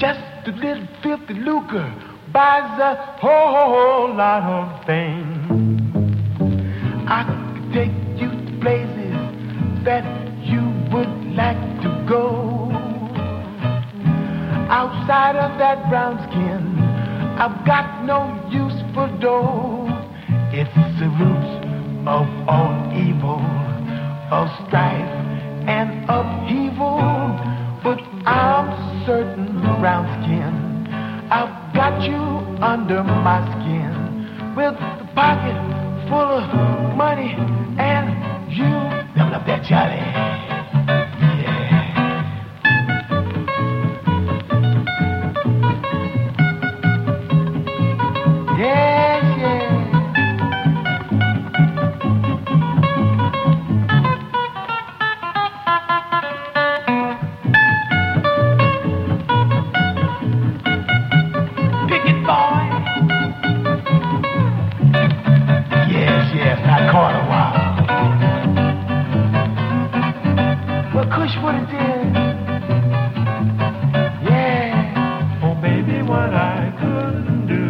Speaker 6: Just a little filthy lucre buys a whole lot of things. I could take you to places that you would like to go. Outside of that brown skin, I've got no use for dough. It's the root of all evil, of strife and upheaval. But I'm certain, brown skin, I've got you under my skin with the pocket full of money and you. Double up that Charlie. Yeah. Yes, yes. Picket boy. Yes, yes, I caught a while. Well, Cush would have did. Yeah. Oh, baby, what I couldn't do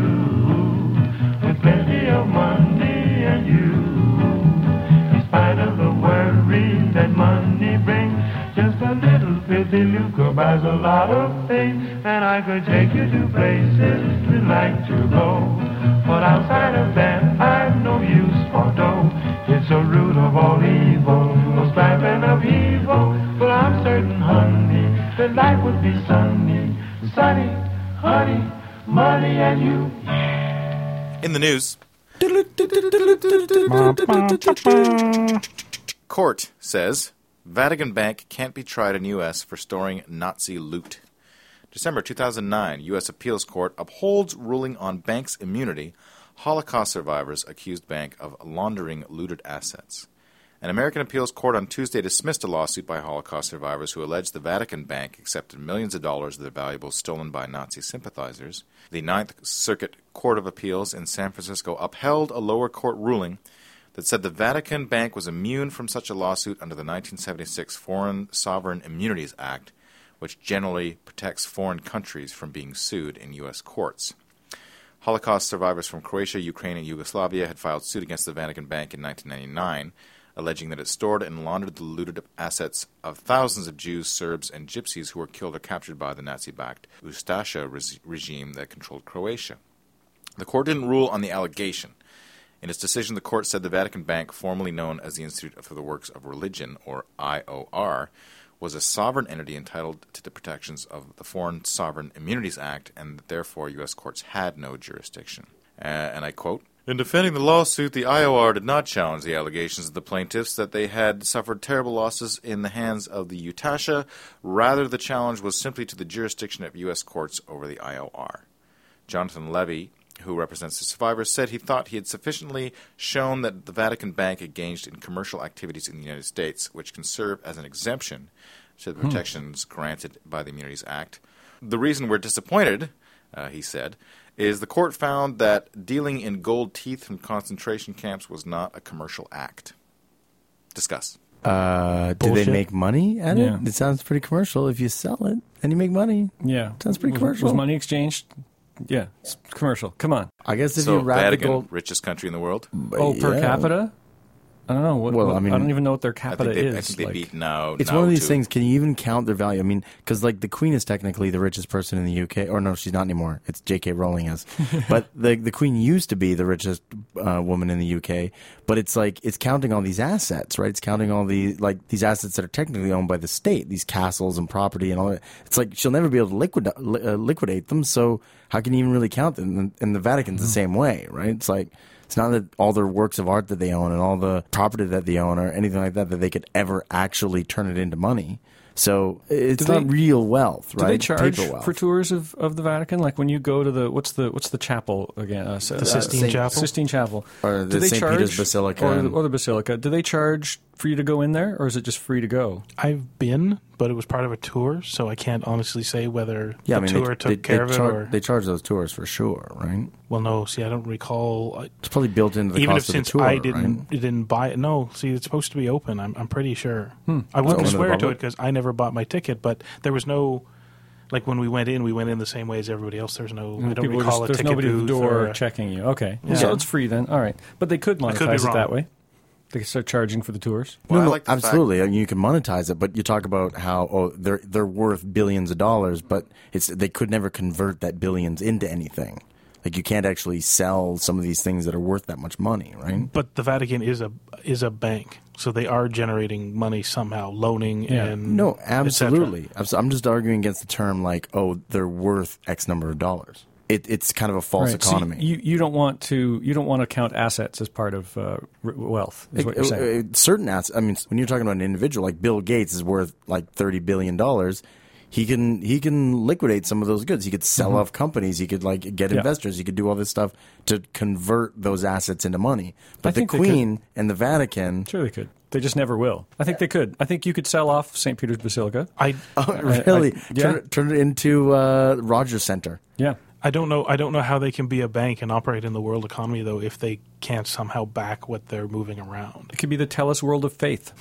Speaker 6: with plenty of money and you. In spite of the worries that money brings, just a little filthy lucre buys a lot of things. And I could take you to places you'd like to go. But outside of that, I've no use for dough. It's the root of all evil, the strife and upheaval. But I'm certain, honey, that life would be sunny, sunny, honey, money and you.
Speaker 4: In the news, court says Vatican Bank can't be tried in U.S. for storing Nazi loot. December 2009, U.S. Appeals Court upholds ruling on banks' immunity. Holocaust survivors accused bank of laundering looted assets. An American appeals court on Tuesday dismissed a lawsuit by Holocaust survivors who alleged the Vatican Bank accepted millions of dollars of their valuables stolen by Nazi sympathizers. The Ninth Circuit Court of Appeals in San Francisco upheld a lower court ruling that said the Vatican Bank was immune from such a lawsuit under the 1976 Foreign Sovereign Immunities Act, which generally protects foreign countries from being sued in U.S. courts. Holocaust survivors from Croatia, Ukraine, and Yugoslavia had filed suit against the Vatican Bank in 1999, alleging that it stored and laundered the looted assets of thousands of Jews, Serbs, and Gypsies who were killed or captured by the Nazi backed Ustasha res- regime that controlled Croatia. The court didn't rule on the allegation. In its decision, the court said the Vatican Bank, formerly known as the Institute for the Works of Religion, or IOR, was a sovereign entity entitled to the protections of the Foreign Sovereign Immunities Act, and that therefore U.S. courts had no jurisdiction. Uh, and I quote In defending the lawsuit, the IOR did not challenge the allegations of the plaintiffs that they had suffered terrible losses in the hands of the Utasha. Rather, the challenge was simply to the jurisdiction of U.S. courts over the IOR. Jonathan Levy, who represents the survivors, said he thought he had sufficiently shown that the Vatican Bank engaged in commercial activities in the United States, which can serve as an exemption to
Speaker 2: Hmm.
Speaker 4: the protections granted by the Immunities Act. The reason we're disappointed, uh, he said, is the court found that dealing in gold teeth from concentration camps was not a commercial act. Discuss.
Speaker 2: Uh, do they
Speaker 3: Bullshit.
Speaker 2: make money at
Speaker 3: Yeah.
Speaker 2: it? It sounds pretty commercial. If you sell it and you make money,
Speaker 3: Yeah.
Speaker 2: Sounds pretty
Speaker 3: Was-
Speaker 2: commercial.
Speaker 3: Was money exchanged? Yeah. It's commercial. Come on.
Speaker 2: I guess if
Speaker 4: so,
Speaker 2: you wrap
Speaker 4: Vatican,
Speaker 2: the gold,
Speaker 4: richest country in the world.
Speaker 3: Oh, per
Speaker 2: yeah.
Speaker 3: capita? I don't know. What,
Speaker 2: Well,
Speaker 3: what-
Speaker 2: I
Speaker 3: I,
Speaker 2: mean,
Speaker 3: don't even know what their
Speaker 4: I
Speaker 3: capita
Speaker 4: think they,
Speaker 3: is.
Speaker 4: I think they
Speaker 3: like-
Speaker 4: beat Oh, now.
Speaker 2: It's one of these things. Can you even count their value? I mean, because like the Queen is technically the richest person in the UK, or no, she's not anymore. It's J.K. Rowling is, but the the Queen used to be the richest uh, woman in the UK. But it's like it's counting all these assets, right? It's counting all the like these assets that are technically owned by the state, these castles and property and all that. It's like she'll never be able to liquid, li- uh, liquidate them. So how can you even really count them? And, and the Vatican's the same way, right? It's like. It's not that all their works of art that they own and all the property that they own or anything like that that they could ever actually turn it into money. So it's
Speaker 3: Do they-
Speaker 2: not real wealth,
Speaker 3: Do
Speaker 2: right?
Speaker 3: they
Speaker 2: It's
Speaker 3: charge
Speaker 2: paper wealth.
Speaker 3: for tours of, of the Vatican? Like when you go to the what's the what's the chapel again? Uh, the
Speaker 5: Sistine Chapel?
Speaker 3: Sistine Chapel.
Speaker 2: Or the
Speaker 3: Do they
Speaker 2: St.
Speaker 3: charge-
Speaker 2: Peter's Basilica
Speaker 3: or the,
Speaker 2: and-
Speaker 3: or the Basilica. Do they charge for you to go in there, or is it just free to go?
Speaker 5: I've been, but it was part of a tour, so I can't honestly say whether
Speaker 2: yeah, I
Speaker 5: the
Speaker 2: mean,
Speaker 5: tour
Speaker 2: they,
Speaker 5: took
Speaker 2: they,
Speaker 5: care
Speaker 2: they
Speaker 5: of it
Speaker 2: char-
Speaker 5: or
Speaker 2: they charge those tours for sure, right?
Speaker 5: well, no. See, I don't recall. I-
Speaker 2: It's probably built into the
Speaker 5: Even if
Speaker 2: cost of
Speaker 5: since
Speaker 2: the tour,
Speaker 5: I didn't
Speaker 2: right?
Speaker 5: didn't buy it, no. See, it's supposed to be open. I'm I'm pretty sure. I wouldn't
Speaker 2: open to the
Speaker 5: swear to it
Speaker 2: public?
Speaker 5: because I never bought my ticket. But there was no, like when we went in, we went in the same way as everybody else. There's no. I don't
Speaker 3: People are
Speaker 5: recall
Speaker 3: just-
Speaker 5: a
Speaker 3: there's
Speaker 5: ticket
Speaker 3: nobody
Speaker 5: booth
Speaker 3: at the door
Speaker 5: or a-
Speaker 3: checking you. Okay,
Speaker 5: Yeah.
Speaker 3: so it's free then. All right, but they could monetize
Speaker 5: could be
Speaker 3: it
Speaker 5: wrong.
Speaker 3: that way. They could start charging for the tours.
Speaker 4: Well,
Speaker 2: no,
Speaker 4: I
Speaker 2: no,
Speaker 4: like the fact-
Speaker 2: absolutely. I mean, you can monetize it, but you talk about how oh they're they're worth billions of dollars, but it's they could never convert that billions into anything. Like you can't actually sell some of these things that are worth that much money, right?
Speaker 5: But the Vatican is a is a bank, so they are generating money somehow, loaning
Speaker 3: Yeah.
Speaker 5: and
Speaker 2: No,
Speaker 3: Mm.
Speaker 5: et cetera.
Speaker 2: absolutely. Abs- I'm just arguing against the term like, oh, they're worth X number of dollars. It, it's kind of a false
Speaker 3: Right, so
Speaker 2: economy.
Speaker 3: you you don't want to you don't want to count assets as part of uh, r- wealth. Is what you're
Speaker 2: Uh,
Speaker 3: saying.
Speaker 2: uh, certain assets. I mean, s- when you're talking about an individual, like Bill Gates is worth like thirty billion dollars. He can he can liquidate some of those goods. He could sell off companies. He could like get
Speaker 3: Mm-hmm. Yeah.
Speaker 2: investors. He could do all this stuff to convert those assets into money. But the
Speaker 3: think they could.
Speaker 2: Queen and the Vatican,
Speaker 3: Sure, they could. They just never will. I think they could. I think you could sell off St. Peter's Basilica.
Speaker 5: I
Speaker 2: oh, (laughs) really
Speaker 3: I-
Speaker 2: turn,
Speaker 3: yeah.
Speaker 2: it- turn it into uh, Rogers Center.
Speaker 3: Yeah.
Speaker 5: I don't know I don't know how they can be a bank and operate in the world economy though if they can't somehow back what they're moving around.
Speaker 3: It could be the Tellus World of (laughs) Faith.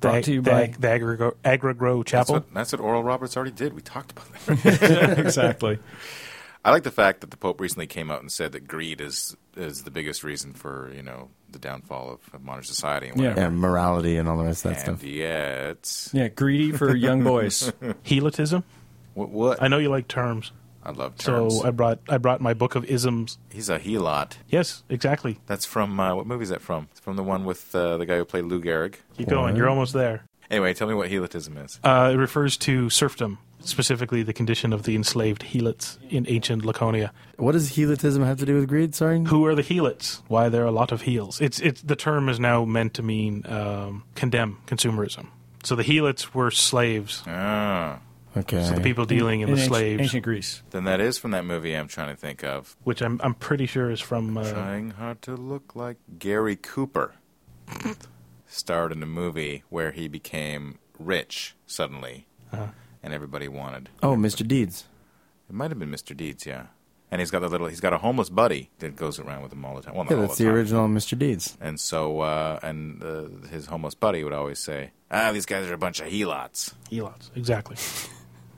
Speaker 3: Brought
Speaker 5: The,
Speaker 3: to you
Speaker 5: the,
Speaker 3: by
Speaker 5: the Agrigo, Agrigro
Speaker 4: That's
Speaker 5: Chapel.
Speaker 4: what, that's what Oral Roberts already did. We talked about that. (laughs)
Speaker 3: (laughs) exactly.
Speaker 4: I like the fact that the Pope recently came out and said that greed is is the biggest reason for you know the downfall of, of modern society. And
Speaker 3: Yeah.
Speaker 4: whatever.
Speaker 2: Yeah, morality and all the rest of that
Speaker 4: And
Speaker 2: stuff.
Speaker 4: yet,
Speaker 3: Yeah, greedy for (laughs) young boys.
Speaker 5: Helatism.
Speaker 4: what? what?
Speaker 5: I know you like terms,
Speaker 4: I love terms.
Speaker 5: so I brought I brought my book of isms.
Speaker 4: He's a helot.
Speaker 5: Yes, exactly.
Speaker 4: That's from uh, what movie is that from? It's from the one with uh, the guy who played Lou Gehrig.
Speaker 5: Keep going. You're almost there.
Speaker 4: Anyway, tell me what helotism is.
Speaker 5: Uh, it refers to serfdom, specifically the condition of the enslaved helots in ancient Laconia.
Speaker 2: What does helotism have to do with greed? Sorry,
Speaker 5: Who are the helots? Why there are a lot of heels? It's it's the term is now meant to mean um, condemn consumerism. So the helots were slaves,
Speaker 4: Ah,
Speaker 2: okay.
Speaker 5: the people dealing in,
Speaker 3: In
Speaker 5: the
Speaker 3: ancient,
Speaker 5: slaves,
Speaker 3: ancient Greece.
Speaker 4: then that is from that movie I'm trying to think of.
Speaker 5: which I'm I'm pretty sure is from. Uh,
Speaker 4: Trying hard to look like Gary Cooper. (laughs) Starred in a movie where he became rich suddenly, and everybody wanted.
Speaker 2: oh, Mr. Deeds.
Speaker 4: It might have been Mr. Deeds, yeah. and he's got the little he's got a homeless buddy that goes around with him all the time. Well, not
Speaker 2: Yeah,
Speaker 4: all
Speaker 2: that's
Speaker 4: the
Speaker 2: the
Speaker 4: time.
Speaker 2: original Mr. Deeds.
Speaker 4: And so, uh, and uh, his homeless buddy would always say, "Ah, these guys are a bunch of helots."
Speaker 5: Elots. Exactly.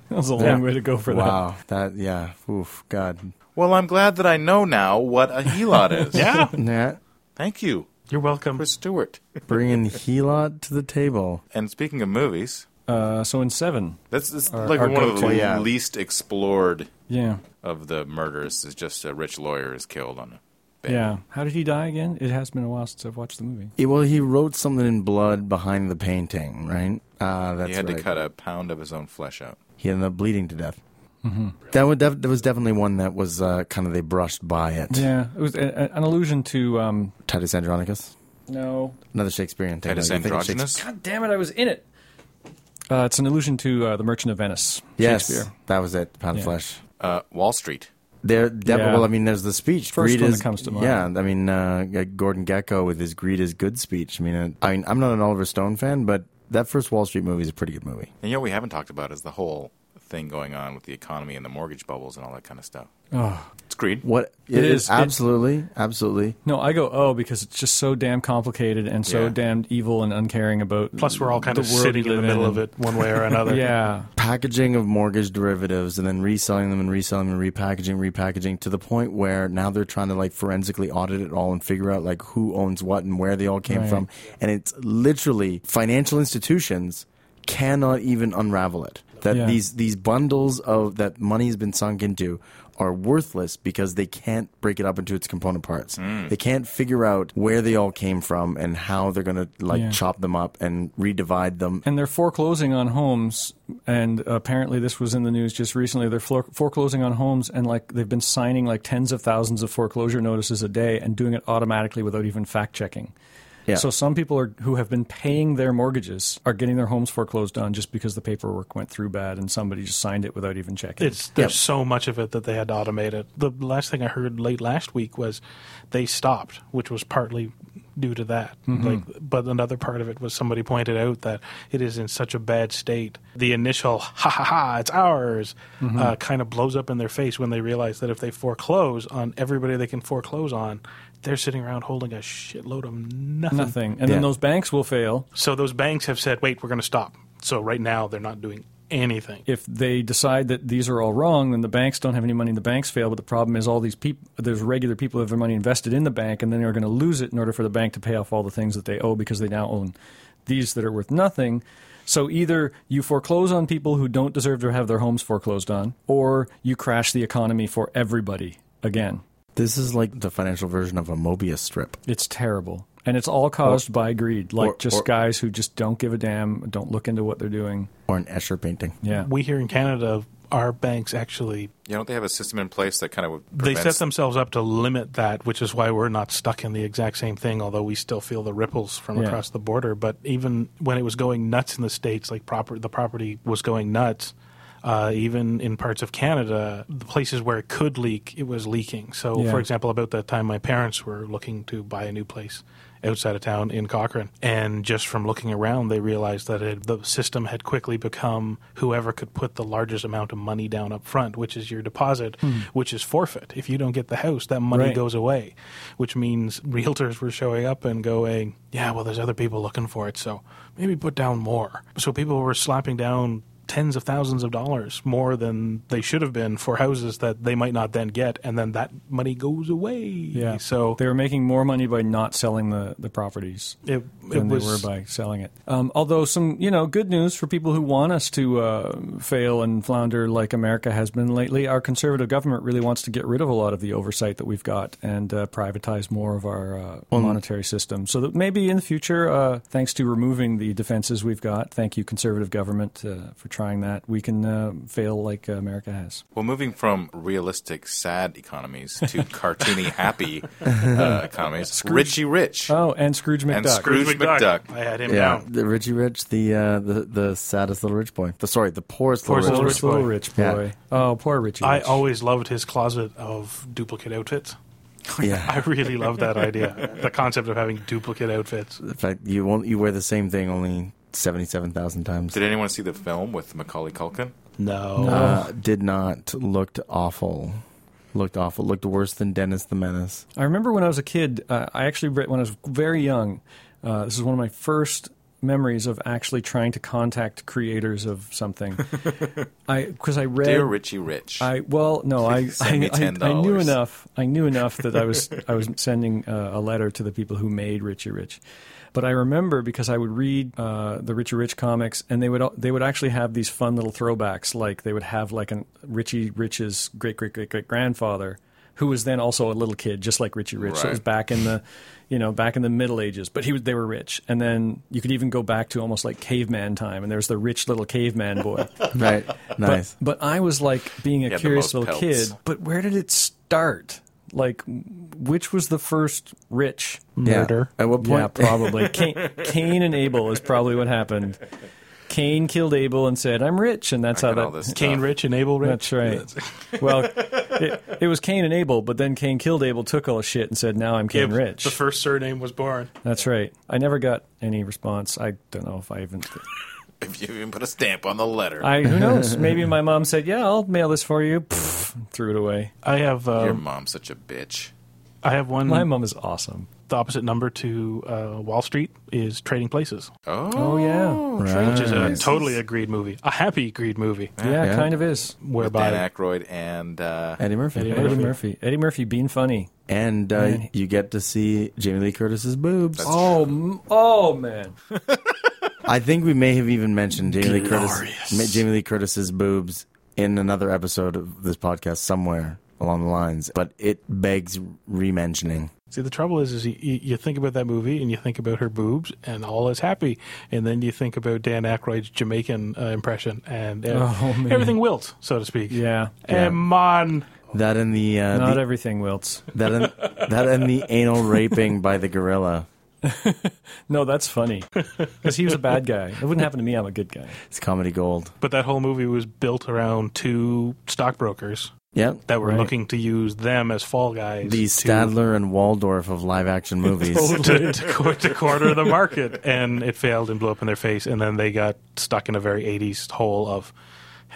Speaker 3: That was a long
Speaker 2: Yeah.
Speaker 3: way to go for
Speaker 2: Wow, that yeah, oof, God,
Speaker 4: Well, I'm glad that I know now what a helot is.
Speaker 5: Yeah.
Speaker 2: yeah,
Speaker 4: Thank you,
Speaker 5: You're welcome.
Speaker 4: Chris Stewart.
Speaker 2: bringing Helot to the table.
Speaker 4: And speaking of movies,
Speaker 3: that. Uh, so in seven,
Speaker 4: that's, that's
Speaker 3: Our-
Speaker 4: like
Speaker 3: our
Speaker 4: one of the
Speaker 3: go-to.
Speaker 2: Yeah.
Speaker 4: least explored
Speaker 3: yeah,
Speaker 4: of the murders. Is just a rich lawyer is killed on a bed.
Speaker 3: yeah. How did he die again? It has been a while since I've watched the movie.
Speaker 2: Yeah, well, he wrote something in blood behind the painting, right? Uh, that's
Speaker 4: He had
Speaker 2: right.
Speaker 4: to cut a pound of his own flesh out.
Speaker 2: He ended up bleeding to death.
Speaker 3: Mm-hmm.
Speaker 2: That, would def- that was definitely one that was uh, kind of they brushed by it.
Speaker 3: Yeah, it was a, a- an allusion to um,
Speaker 2: Titus Andronicus,
Speaker 3: no.
Speaker 2: another Shakespearean thing.
Speaker 4: Titus
Speaker 2: right? You think of Shakespeare-
Speaker 4: Androgenous.
Speaker 3: God damn it! I was in it. Uh, it's an allusion to uh, the Merchant of Venice.
Speaker 2: Yes,
Speaker 3: Shakespeare.
Speaker 2: that was it. Pound of
Speaker 3: Yeah.
Speaker 2: flesh.
Speaker 4: Uh, Wall Street.
Speaker 2: There, def-
Speaker 3: Yeah.
Speaker 2: well, I mean, there's the speech.
Speaker 3: First
Speaker 2: greed
Speaker 3: one
Speaker 2: is,
Speaker 3: that comes to mind.
Speaker 2: Yeah, I mean, uh, uh, Gordon Gecko with his "Greed is Good" speech. I mean, uh, I mean, I'm not an Oliver Stone fan, but that first Wall Street movie is a pretty good movie.
Speaker 4: And you know, what we haven't talked about is the whole thing going on with the economy and the mortgage bubbles and all that kind of stuff.
Speaker 3: Oh.
Speaker 4: It's greed.
Speaker 2: What
Speaker 3: It
Speaker 2: it
Speaker 3: is.
Speaker 2: is absolutely, absolutely.
Speaker 3: No, I go oh because it's just so damn complicated and so
Speaker 4: Yeah.
Speaker 3: damned evil and uncaring about.
Speaker 5: Plus, we're all kind
Speaker 3: the
Speaker 5: of
Speaker 3: world
Speaker 5: sitting
Speaker 3: we
Speaker 5: in the
Speaker 3: live
Speaker 5: middle of
Speaker 3: and-
Speaker 5: it one way or
Speaker 3: (laughs)
Speaker 5: another.
Speaker 3: Yeah,
Speaker 2: Packaging of mortgage derivatives and then reselling them and reselling them and repackaging, repackaging to the point where now they're trying to like forensically audit it all and figure out like who owns what and where they all came
Speaker 3: Right.
Speaker 2: from. And it's literally financial institutions cannot even unravel it. That
Speaker 3: Yeah.
Speaker 2: these these bundles of that money has been sunk into are worthless because they can't break it up into its component parts. They can't figure out where they all came from and how they're going to like
Speaker 3: Yeah.
Speaker 2: chop them up and redivide them
Speaker 3: and they're foreclosing on homes and apparently this was in the news just recently they're floor foreclosing on homes and like they've been signing like tens of thousands of foreclosure notices a day and doing it automatically without even fact checking
Speaker 2: Yeah.
Speaker 3: so some people are, who have been paying their mortgages are getting their homes foreclosed on just because the paperwork went through bad and somebody just signed it without even checking
Speaker 5: It's there's
Speaker 2: Yep.
Speaker 5: so much of it that they had to automate it. The last thing I heard late last week was they stopped, which was partly due to that. Like, but another part of it was somebody pointed out that it is in such a bad state. The initial "ha ha ha, it's ours" uh, kind of blows up in their face when they realize that if they foreclose on everybody they can foreclose on, they're sitting around holding a shitload of nothing.
Speaker 3: nothing and
Speaker 2: Yeah.
Speaker 3: then those banks will fail
Speaker 5: So those banks have said, "Wait, we're going to stop." So right now they're not doing anything.
Speaker 3: if they decide that these are all wrong, then the banks don't have any money. and The banks fail, but the problem is all these people. There's regular people who have their money invested in the bank, and then they're going to lose it in order for the bank to pay off all the things that they owe because they now own these that are worth nothing. So either you foreclose on people who don't deserve to have their homes foreclosed on, or you crash the economy for everybody again.
Speaker 2: This is like the financial version of a Mobius strip.
Speaker 3: It's terrible. And it's all caused by greed, like
Speaker 2: or-
Speaker 3: just
Speaker 2: or-
Speaker 3: guys who just don't give a damn, don't look into what they're doing.
Speaker 2: or an Escher painting.
Speaker 3: Yeah.
Speaker 5: We here in Canada, our banks actually
Speaker 4: Yeah, don't they have a system in place that kind of
Speaker 5: they
Speaker 4: prevents
Speaker 5: set themselves up to limit that, which is why we're not stuck in the exact same thing, although we still feel the ripples from
Speaker 3: Yeah.
Speaker 5: across the border. But even when it was going nuts in the States, like proper, the property was going nuts, uh, even in parts of Canada, the places where it could leak, it was leaking. So,
Speaker 3: Yeah.
Speaker 5: for example, about that time my parents were looking to buy a new place outside of town in Cochrane. And just from looking around, they realized that it, the system had quickly become whoever could put the largest amount of money down up front, which is your deposit, which is forfeit. If you don't get the house, that money
Speaker 3: Hmm. Right.
Speaker 5: goes away, which means (laughs) realtors were showing up and going, yeah, well, there's other people looking for it, so maybe put down more. So people were slapping down tens of thousands of dollars more than they should have been for houses that they might not then get and then that money goes away
Speaker 3: Yeah.
Speaker 5: so
Speaker 3: they were making more money by not selling the, the properties
Speaker 5: it, it
Speaker 3: than
Speaker 5: was
Speaker 3: they were by selling it. Um, although some, you know, good news for people who want us to uh, fail and flounder like America has been lately. Our conservative government really wants to get rid of a lot of the oversight that we've got and uh, privatize more of our uh, monetary system, so that maybe in the future, uh, thanks to removing the defenses we've got, thank you conservative government uh, for trying that, we can uh, fail like uh, America has.
Speaker 4: Well, moving from realistic, sad economies to cartoony, happy uh, economies, Richie Rich
Speaker 3: Oh, and Scrooge McDuck.
Speaker 4: and Scrooge McDuck.
Speaker 5: I had him
Speaker 2: Yeah,
Speaker 5: down.
Speaker 2: the Richie Rich, the uh, the the saddest little rich boy. The sorry, the poorest
Speaker 5: Poorest
Speaker 2: little
Speaker 3: Poor
Speaker 5: little
Speaker 2: rich
Speaker 5: rich
Speaker 2: boy.
Speaker 3: little
Speaker 5: boy.
Speaker 3: rich
Speaker 2: Yeah.
Speaker 3: boy. Oh, poor Richie.
Speaker 5: I
Speaker 3: Rich.
Speaker 5: always loved his closet of duplicate outfits.
Speaker 2: Yeah,
Speaker 5: I really love that (laughs) idea. The concept of having duplicate outfits.
Speaker 2: in fact, you won't you wear the same thing only seventy seven thousand times.
Speaker 4: Did anyone see the film with Macaulay Culkin?
Speaker 5: No.
Speaker 2: Uh, did not looked awful. Looked awful. Looked worse than Dennis the
Speaker 5: (laughs)
Speaker 2: Menace.
Speaker 3: I remember when I was a kid, uh, I actually, read- when I was very young, uh, this is one of my first memories of actually trying to contact creators of (laughs) something. I because I read
Speaker 4: Dear Richie Rich.
Speaker 3: I well, no, I I,
Speaker 4: Send me
Speaker 3: I, I knew
Speaker 4: $10.
Speaker 3: enough. I knew enough that I
Speaker 4: (laughs)
Speaker 3: was I was sending uh, a letter to the people who made Richie Rich. But I remember because I would read uh, the Richie Rich comics, and they would al- they would actually have these fun little throwbacks. Like they would have like an Richie Rich's great great great great grandfather, who was then also a little kid, just like Richie Rich. So it was
Speaker 4: Right.
Speaker 3: back in the you know back in the Middle Ages, but he was they were rich. And then you could even go back to almost like caveman time, and there's the rich little
Speaker 4: (laughs)
Speaker 3: caveman boy.
Speaker 2: Right. nice.
Speaker 3: But, but I was like being a
Speaker 4: had the
Speaker 3: curious
Speaker 4: most
Speaker 3: little
Speaker 4: pelts.
Speaker 3: kid. But where did it start? Like, which was the first rich?
Speaker 5: Murder.
Speaker 2: Yeah. At what
Speaker 3: Mm. Yeah,
Speaker 2: point?
Speaker 3: probably. (laughs) Cain, Cain and Abel is probably what happened. Cain killed Abel and said, "I'm rich," and that's
Speaker 4: I
Speaker 3: how
Speaker 4: got
Speaker 3: that.
Speaker 4: all this
Speaker 5: Cain
Speaker 4: stuff.
Speaker 5: Rich and Abel
Speaker 3: (laughs)
Speaker 5: Rich.
Speaker 3: That's right. well, it, it was Cain and Abel, but then Cain killed Abel, took all the shit, and said, "Now I'm
Speaker 5: Yeah,
Speaker 3: Cain Rich."
Speaker 5: The first surname was born.
Speaker 3: that's right. I never got any response. I don't know if I even.
Speaker 4: If you even put a stamp on the letter,
Speaker 3: I who knows? Maybe my mom said, "Yeah, I'll mail this for you." Pfft, threw it away.
Speaker 5: I have
Speaker 4: your
Speaker 5: um,
Speaker 4: mom's such a bitch.
Speaker 5: I have one.
Speaker 3: My mom is awesome.
Speaker 5: the opposite number to uh, Wall Street is Trading Places,
Speaker 4: Oh,
Speaker 3: Oh yeah,
Speaker 2: Right.
Speaker 5: which is a totally agreed movie, a happy agreed movie,
Speaker 3: yeah,
Speaker 2: Yeah.
Speaker 3: kind of is.
Speaker 4: with Dan
Speaker 5: whereby
Speaker 4: Aykroyd and uh,
Speaker 2: Eddie Murphy.
Speaker 5: Eddie
Speaker 3: Eddie Murphy. Eddie Murphy being funny.
Speaker 2: And uh, you get to see Jamie Lee Curtis's boobs.
Speaker 3: Oh, m- oh man.
Speaker 2: I think we may have even mentioned Jamie Lee Curtis, ma- Jamie Lee Curtis's boobs in another episode of this podcast somewhere along the lines, but it begs re-mentioning.
Speaker 5: see the trouble is is you, you you think about that movie and you think about her boobs and all is happy, and then you think about Dan Aykroyd's Jamaican uh, impression and uh,
Speaker 3: Oh, man.
Speaker 5: everything wilts, so to speak.
Speaker 3: Yeah,
Speaker 2: Yeah.
Speaker 5: Come on,
Speaker 2: That and the, uh,
Speaker 3: not
Speaker 2: the-
Speaker 3: everything wilts.
Speaker 2: that and, that and the anal raping by the gorilla.
Speaker 3: No, that's (laughs) funny because he was a bad guy. It wouldn't happen to me. I'm a good guy.
Speaker 2: It's comedy gold.
Speaker 5: but that whole movie was built around two stockbrokers
Speaker 2: Yep.
Speaker 5: that were
Speaker 3: Right.
Speaker 5: looking to use them as fall guys.
Speaker 2: The
Speaker 5: to-
Speaker 2: Stadler and Waldorf of live
Speaker 3: (laughs)
Speaker 2: action movies.
Speaker 5: (laughs) to, to, co- to corner the market, and it failed and blew up in their face. And then they got stuck in a very '80s hole of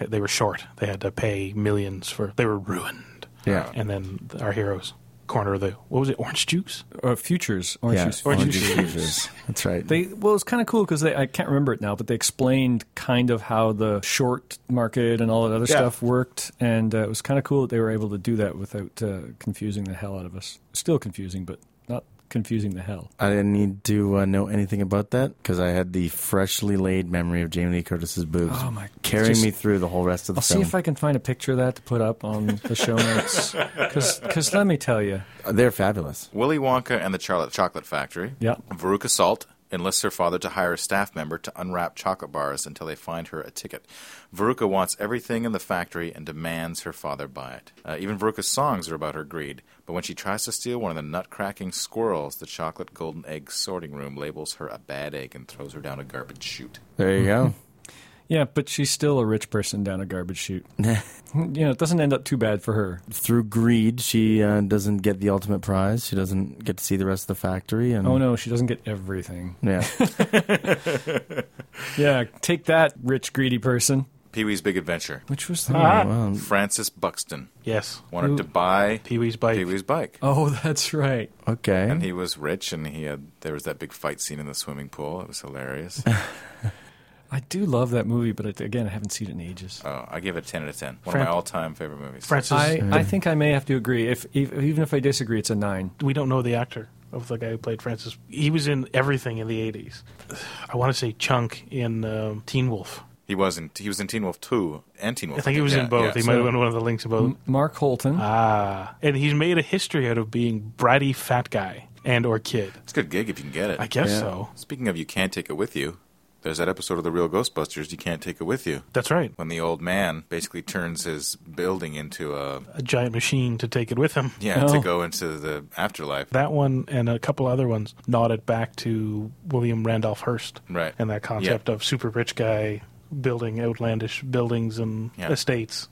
Speaker 5: they were short. They had to pay millions for. They were ruined.
Speaker 2: Yeah.
Speaker 5: And then our heroes corner the what was it? Orange juice.
Speaker 3: Or futures, orange
Speaker 2: Yeah.
Speaker 3: juice.
Speaker 5: Orange
Speaker 3: Futures.
Speaker 5: juice.
Speaker 2: Juice. That's right.
Speaker 3: They well, it's kind of cool because they I can't remember it now, but they explained kind of how the short market and all that other
Speaker 5: Yeah.
Speaker 3: stuff worked, and uh, it was kind of cool that they were able to do that without uh, confusing the hell out of us. Still confusing, but not confusing the hell.
Speaker 2: I didn't need to uh, know anything about that because I had the freshly laid memory of Jamie Lee Curtis's boobs
Speaker 3: Oh, my-
Speaker 2: carrying
Speaker 3: just-
Speaker 2: me through the whole rest of the
Speaker 3: I'll see
Speaker 2: film.
Speaker 3: if I can find a picture of that to put up on the
Speaker 4: (laughs)
Speaker 3: show notes. Because let me tell you.
Speaker 2: They're fabulous.
Speaker 4: Willy Wonka and the Charlotte Chocolate Factory.
Speaker 3: Yeah.
Speaker 4: Veruca Salt enlists her father to hire a staff member to unwrap chocolate bars until they find her a ticket. Veruca wants everything in the factory and demands her father buy it. Uh, even Veruca's songs are about her greed, but when she tries to steal one of the nut-cracking squirrels, the chocolate golden egg sorting room labels her a bad egg and throws her down a garbage chute.
Speaker 2: There you go.
Speaker 3: Yeah, but she's still a rich person down a garbage (laughs) chute. you know, it doesn't end up too bad for her.
Speaker 2: (laughs) Through greed, she uh, doesn't get the ultimate prize. She doesn't get to see the rest of the factory. And
Speaker 3: Oh no, she doesn't get everything.
Speaker 2: yeah,
Speaker 3: Yeah, take that, rich greedy person. Ah.
Speaker 4: Pee-wee's Big Adventure.
Speaker 3: Which was the
Speaker 2: well,
Speaker 4: Francis Buxton
Speaker 5: Yes.
Speaker 4: wanted
Speaker 3: Who-
Speaker 4: to buy
Speaker 5: Pee Wee's bike.
Speaker 4: Pee-wee's bike.
Speaker 3: Oh, (laughs) that's right.
Speaker 2: okay.
Speaker 5: Hmm?
Speaker 4: And he was rich, and he had there was that big fight scene in the swimming pool. It was
Speaker 5: (laughs)
Speaker 4: hilarious.
Speaker 3: I do love that movie, but it, again, I haven't seen it in ages.
Speaker 4: Oh, I give it 10 out of 10. One
Speaker 5: Fran-
Speaker 4: of my all time favorite movies.
Speaker 5: Francis.
Speaker 3: I, I think I may have to agree. If, if even if I disagree, it's a nine.
Speaker 5: we don't know the actor of the guy who played Francis. He was in everything in the '80s. I want to say Chunk in um, Teen Wolf.
Speaker 4: He was in he was in Teen Wolf 2 and Teen Wolf.
Speaker 5: I think he was
Speaker 4: yeah,
Speaker 5: in both.
Speaker 4: yeah.
Speaker 5: he might have been one of the links about
Speaker 3: Mark Holton.
Speaker 5: Ah, and he's made a history out of being bratty fat guy and or kid.
Speaker 4: It's a good gig if you can get it.
Speaker 5: I guess so.
Speaker 4: Speaking of you can't take it with you, there's that episode of The Real Ghostbusters you can't take it with you.
Speaker 5: That's right.
Speaker 4: When the old man basically turns his building into a
Speaker 5: A giant machine to take it with him.
Speaker 4: yeah,
Speaker 3: No.
Speaker 4: to go into the afterlife.
Speaker 5: That one and a couple other ones nodded back to William Randolph Hearst
Speaker 4: Right.
Speaker 5: and that concept of super rich guy building outlandish buildings and
Speaker 4: Yeah.
Speaker 5: estates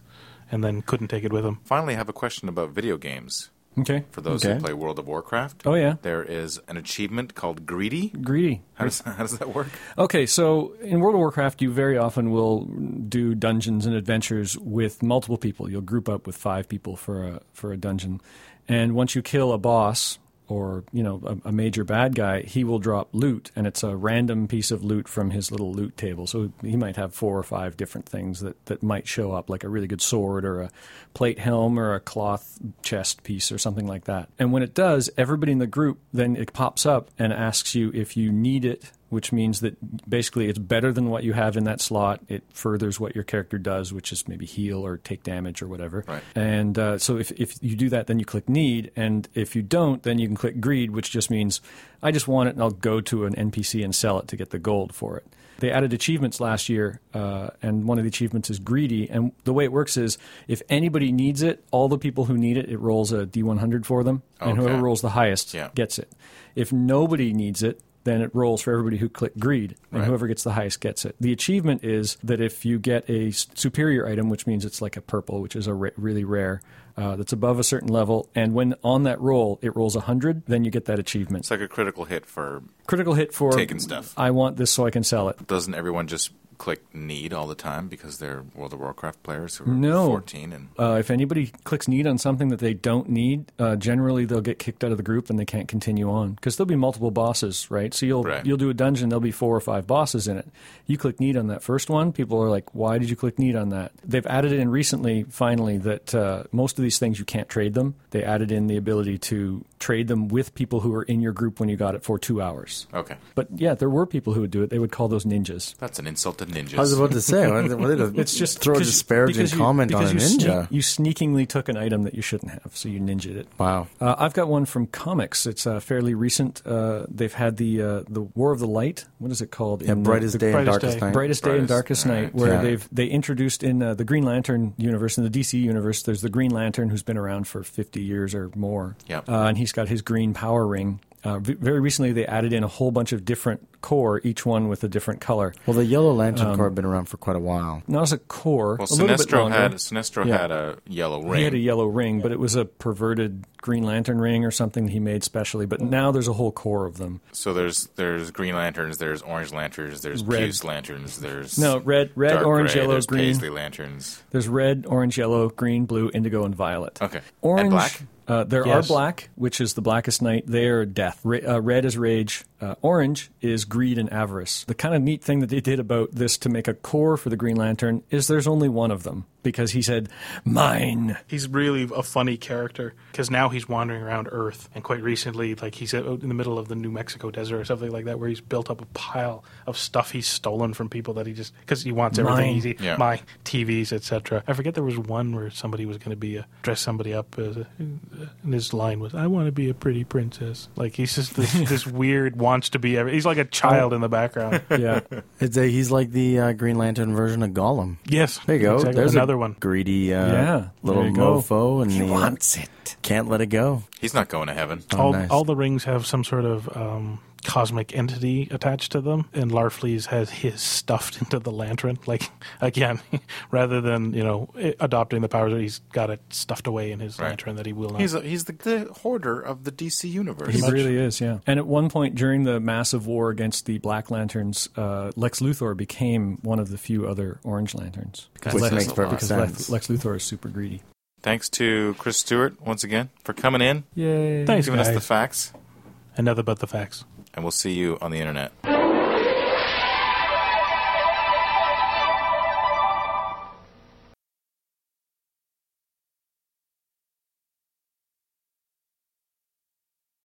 Speaker 5: and then couldn't take it with him.
Speaker 4: Finally, I have a question about video games.
Speaker 3: Okay.
Speaker 4: for those
Speaker 2: Okay.
Speaker 4: who play World of Warcraft.
Speaker 3: Oh, yeah.
Speaker 4: There is an achievement called Greedy.
Speaker 3: Greedy.
Speaker 4: How does, (laughs) how does that work?
Speaker 3: Okay, so in World of Warcraft, you very often will do dungeons and adventures with multiple people. You'll group up with five people for a for a dungeon, and once you kill a boss or you know a, a major bad guy, he will drop loot, and it's a random piece of loot from his little loot table. So he might have four or five different things that that might show up, like a really good sword or a plate helm or a cloth chest piece or something like that. And when it does, everybody in the group then it pops up and asks you if you need it which means that basically it's better than what you have in that slot. It furthers what your character does, which is maybe heal or take damage or whatever.
Speaker 4: Right.
Speaker 3: And uh, so if, if you do that, then you click need. And if you don't, then you can click greed, which just means I just want it and I'll go to an NPC and sell it to get the gold for it. They added achievements last year, uh, and one of the achievements is greedy. And the way it works is if anybody needs it, all the people who need it, it rolls a D100 for them. And
Speaker 4: Okay.
Speaker 3: whoever rolls the highest
Speaker 4: Yeah.
Speaker 3: gets it. If nobody needs it, then it rolls for everybody who click greed, and
Speaker 4: Right.
Speaker 3: whoever gets the highest gets it. The achievement is that if you get a s- superior item, which means it's like a purple, which is a ra- really rare, uh, that's above a certain level, and when on that roll it rolls 100, then you get that achievement.
Speaker 4: It's like a critical hit for.
Speaker 3: Critical hit for
Speaker 4: Taking stuff.
Speaker 3: I want this so I can sell it.
Speaker 4: Doesn't everyone just click need all the time because they're World of Warcraft players who are
Speaker 3: No.
Speaker 4: 14 and.
Speaker 3: Uh, if anybody clicks need on something that they don't need, uh, generally they'll get kicked out of the group and they can't continue on because there'll be multiple bosses, right? So you'll
Speaker 4: Right.
Speaker 3: you'll do a dungeon, there'll be four or five bosses in it. You click need on that first one, people are like, "Why did you click need on that?" They've added in recently, finally, that uh, most of these things you can't trade them. They added in the ability to trade them with people who were in your group when you got it for two hours.
Speaker 4: Okay.
Speaker 3: But yeah, there were people who would do it. They would call those ninjas.
Speaker 4: That's an insult to ninjas.
Speaker 2: I was about to say, why did- why did it-
Speaker 3: (laughs) It's just
Speaker 2: throw a
Speaker 3: because-
Speaker 2: disparaging
Speaker 3: because you-
Speaker 2: comment on a
Speaker 3: because you
Speaker 2: ninja.
Speaker 3: sneak- you sneakingly took an item that you shouldn't have, so you ninja'd it.
Speaker 2: wow.
Speaker 3: Uh, I've got one from comics. It's uh, fairly recent. Uh, they've had the uh, the War of the Light. What is it called?
Speaker 2: Yeah,
Speaker 3: in the-
Speaker 2: brightest
Speaker 3: Mm, the
Speaker 2: day and
Speaker 5: brightest
Speaker 2: darkest
Speaker 5: day.
Speaker 2: night.
Speaker 3: Brightest Day and
Speaker 4: Brightest,
Speaker 3: Darkest
Speaker 4: all
Speaker 3: Night,
Speaker 4: right.
Speaker 3: where
Speaker 2: Yeah.
Speaker 3: they've they introduced in uh, the Green Lantern universe in the DC universe. There's the Green Lantern who's been around for 50 years or more,
Speaker 4: Yep.
Speaker 3: uh, and he's got his green power ring. Uh, v- very recently, they added in a whole bunch of different core, each one with a different color.
Speaker 2: Well, the Yellow Lantern Corps had been around for quite a while.
Speaker 3: Not as a core,
Speaker 4: well,
Speaker 3: a little bit
Speaker 4: Sinestro
Speaker 3: longer.
Speaker 4: had Sinestro
Speaker 2: Yeah.
Speaker 4: had a yellow ring.
Speaker 3: He had a yellow ring, but it was a perverted Green Lantern ring or something he made specially.
Speaker 4: Mm-hmm.
Speaker 3: But now there's a whole core of them.
Speaker 4: so there's there's green lanterns, there's orange lanterns, there's
Speaker 3: Red.
Speaker 4: puce lanterns, there's
Speaker 3: No, red, red,
Speaker 4: dark
Speaker 3: orange,
Speaker 4: gray,
Speaker 3: yellow,
Speaker 4: there's
Speaker 3: green.
Speaker 4: paisley lanterns.
Speaker 3: There's red, orange, yellow, green, blue, indigo, and violet.
Speaker 4: Okay. And
Speaker 3: Orange.
Speaker 4: black?
Speaker 3: Uh, there are
Speaker 5: Yes.
Speaker 3: black, which is the blackest night. They are death. Ra- uh, red is rage. Uh, orange is greed and avarice. The kind of neat thing that they did about this to make a core for the Green Lantern is there's only one of them because he said,
Speaker 4: (laughs)
Speaker 3: "Mine."
Speaker 5: He's really a funny character because now he's wandering around Earth, and quite recently, like he's out in the middle of the New Mexico desert or something like that, where he's built up a pile of stuff he's stolen from people that he just because he wants everything
Speaker 3: Mine.
Speaker 5: easy,
Speaker 4: Yeah.
Speaker 5: my TVs, etc. I forget there was one where somebody was going to be a, dress somebody up, as a, and his line was, "I want to be a pretty princess." Like he's just
Speaker 2: (laughs)
Speaker 5: this, this weird wants to be. Every, he's like a
Speaker 2: Oh.
Speaker 5: child in
Speaker 2: (laughs)
Speaker 5: the background.
Speaker 3: Yeah.
Speaker 2: It's a, he's like the uh, Green Lantern version of Gollum.
Speaker 5: yes,
Speaker 2: There you go.
Speaker 5: Exactly.
Speaker 2: There's
Speaker 5: another
Speaker 2: a
Speaker 5: one.
Speaker 2: Greedy uh,
Speaker 3: Yeah,
Speaker 2: little
Speaker 3: there you go.
Speaker 2: mofo, and he
Speaker 1: wants it.
Speaker 2: can't let it go.
Speaker 4: He's not going to heaven.
Speaker 2: Oh,
Speaker 5: all,
Speaker 2: nice.
Speaker 5: all the rings have some sort of um, cosmic entity attached to them, and Larfleeze has his stuffed (laughs) into the lantern. Like again, (laughs) rather than you know i- adopting the powers, he's got it stuffed away in his
Speaker 4: Right.
Speaker 5: lantern that he will not.
Speaker 4: He's a, he's the, the hoarder of the DC universe.
Speaker 3: He really is, yeah. And at one point during the massive war against the Black Lanterns, uh, Lex Luthor became one of the few other Orange Lanterns. Because,
Speaker 2: Which
Speaker 4: Lex-
Speaker 2: makes perfect
Speaker 3: because
Speaker 2: sense.
Speaker 3: Lex, Lex Luthor is super greedy.
Speaker 4: Thanks to Chris Stewart once again for coming in,
Speaker 3: Yay.
Speaker 5: Thanks,
Speaker 4: giving us the
Speaker 5: guys.
Speaker 4: facts,
Speaker 5: Another but the facts.
Speaker 4: and we'll see you on the internet.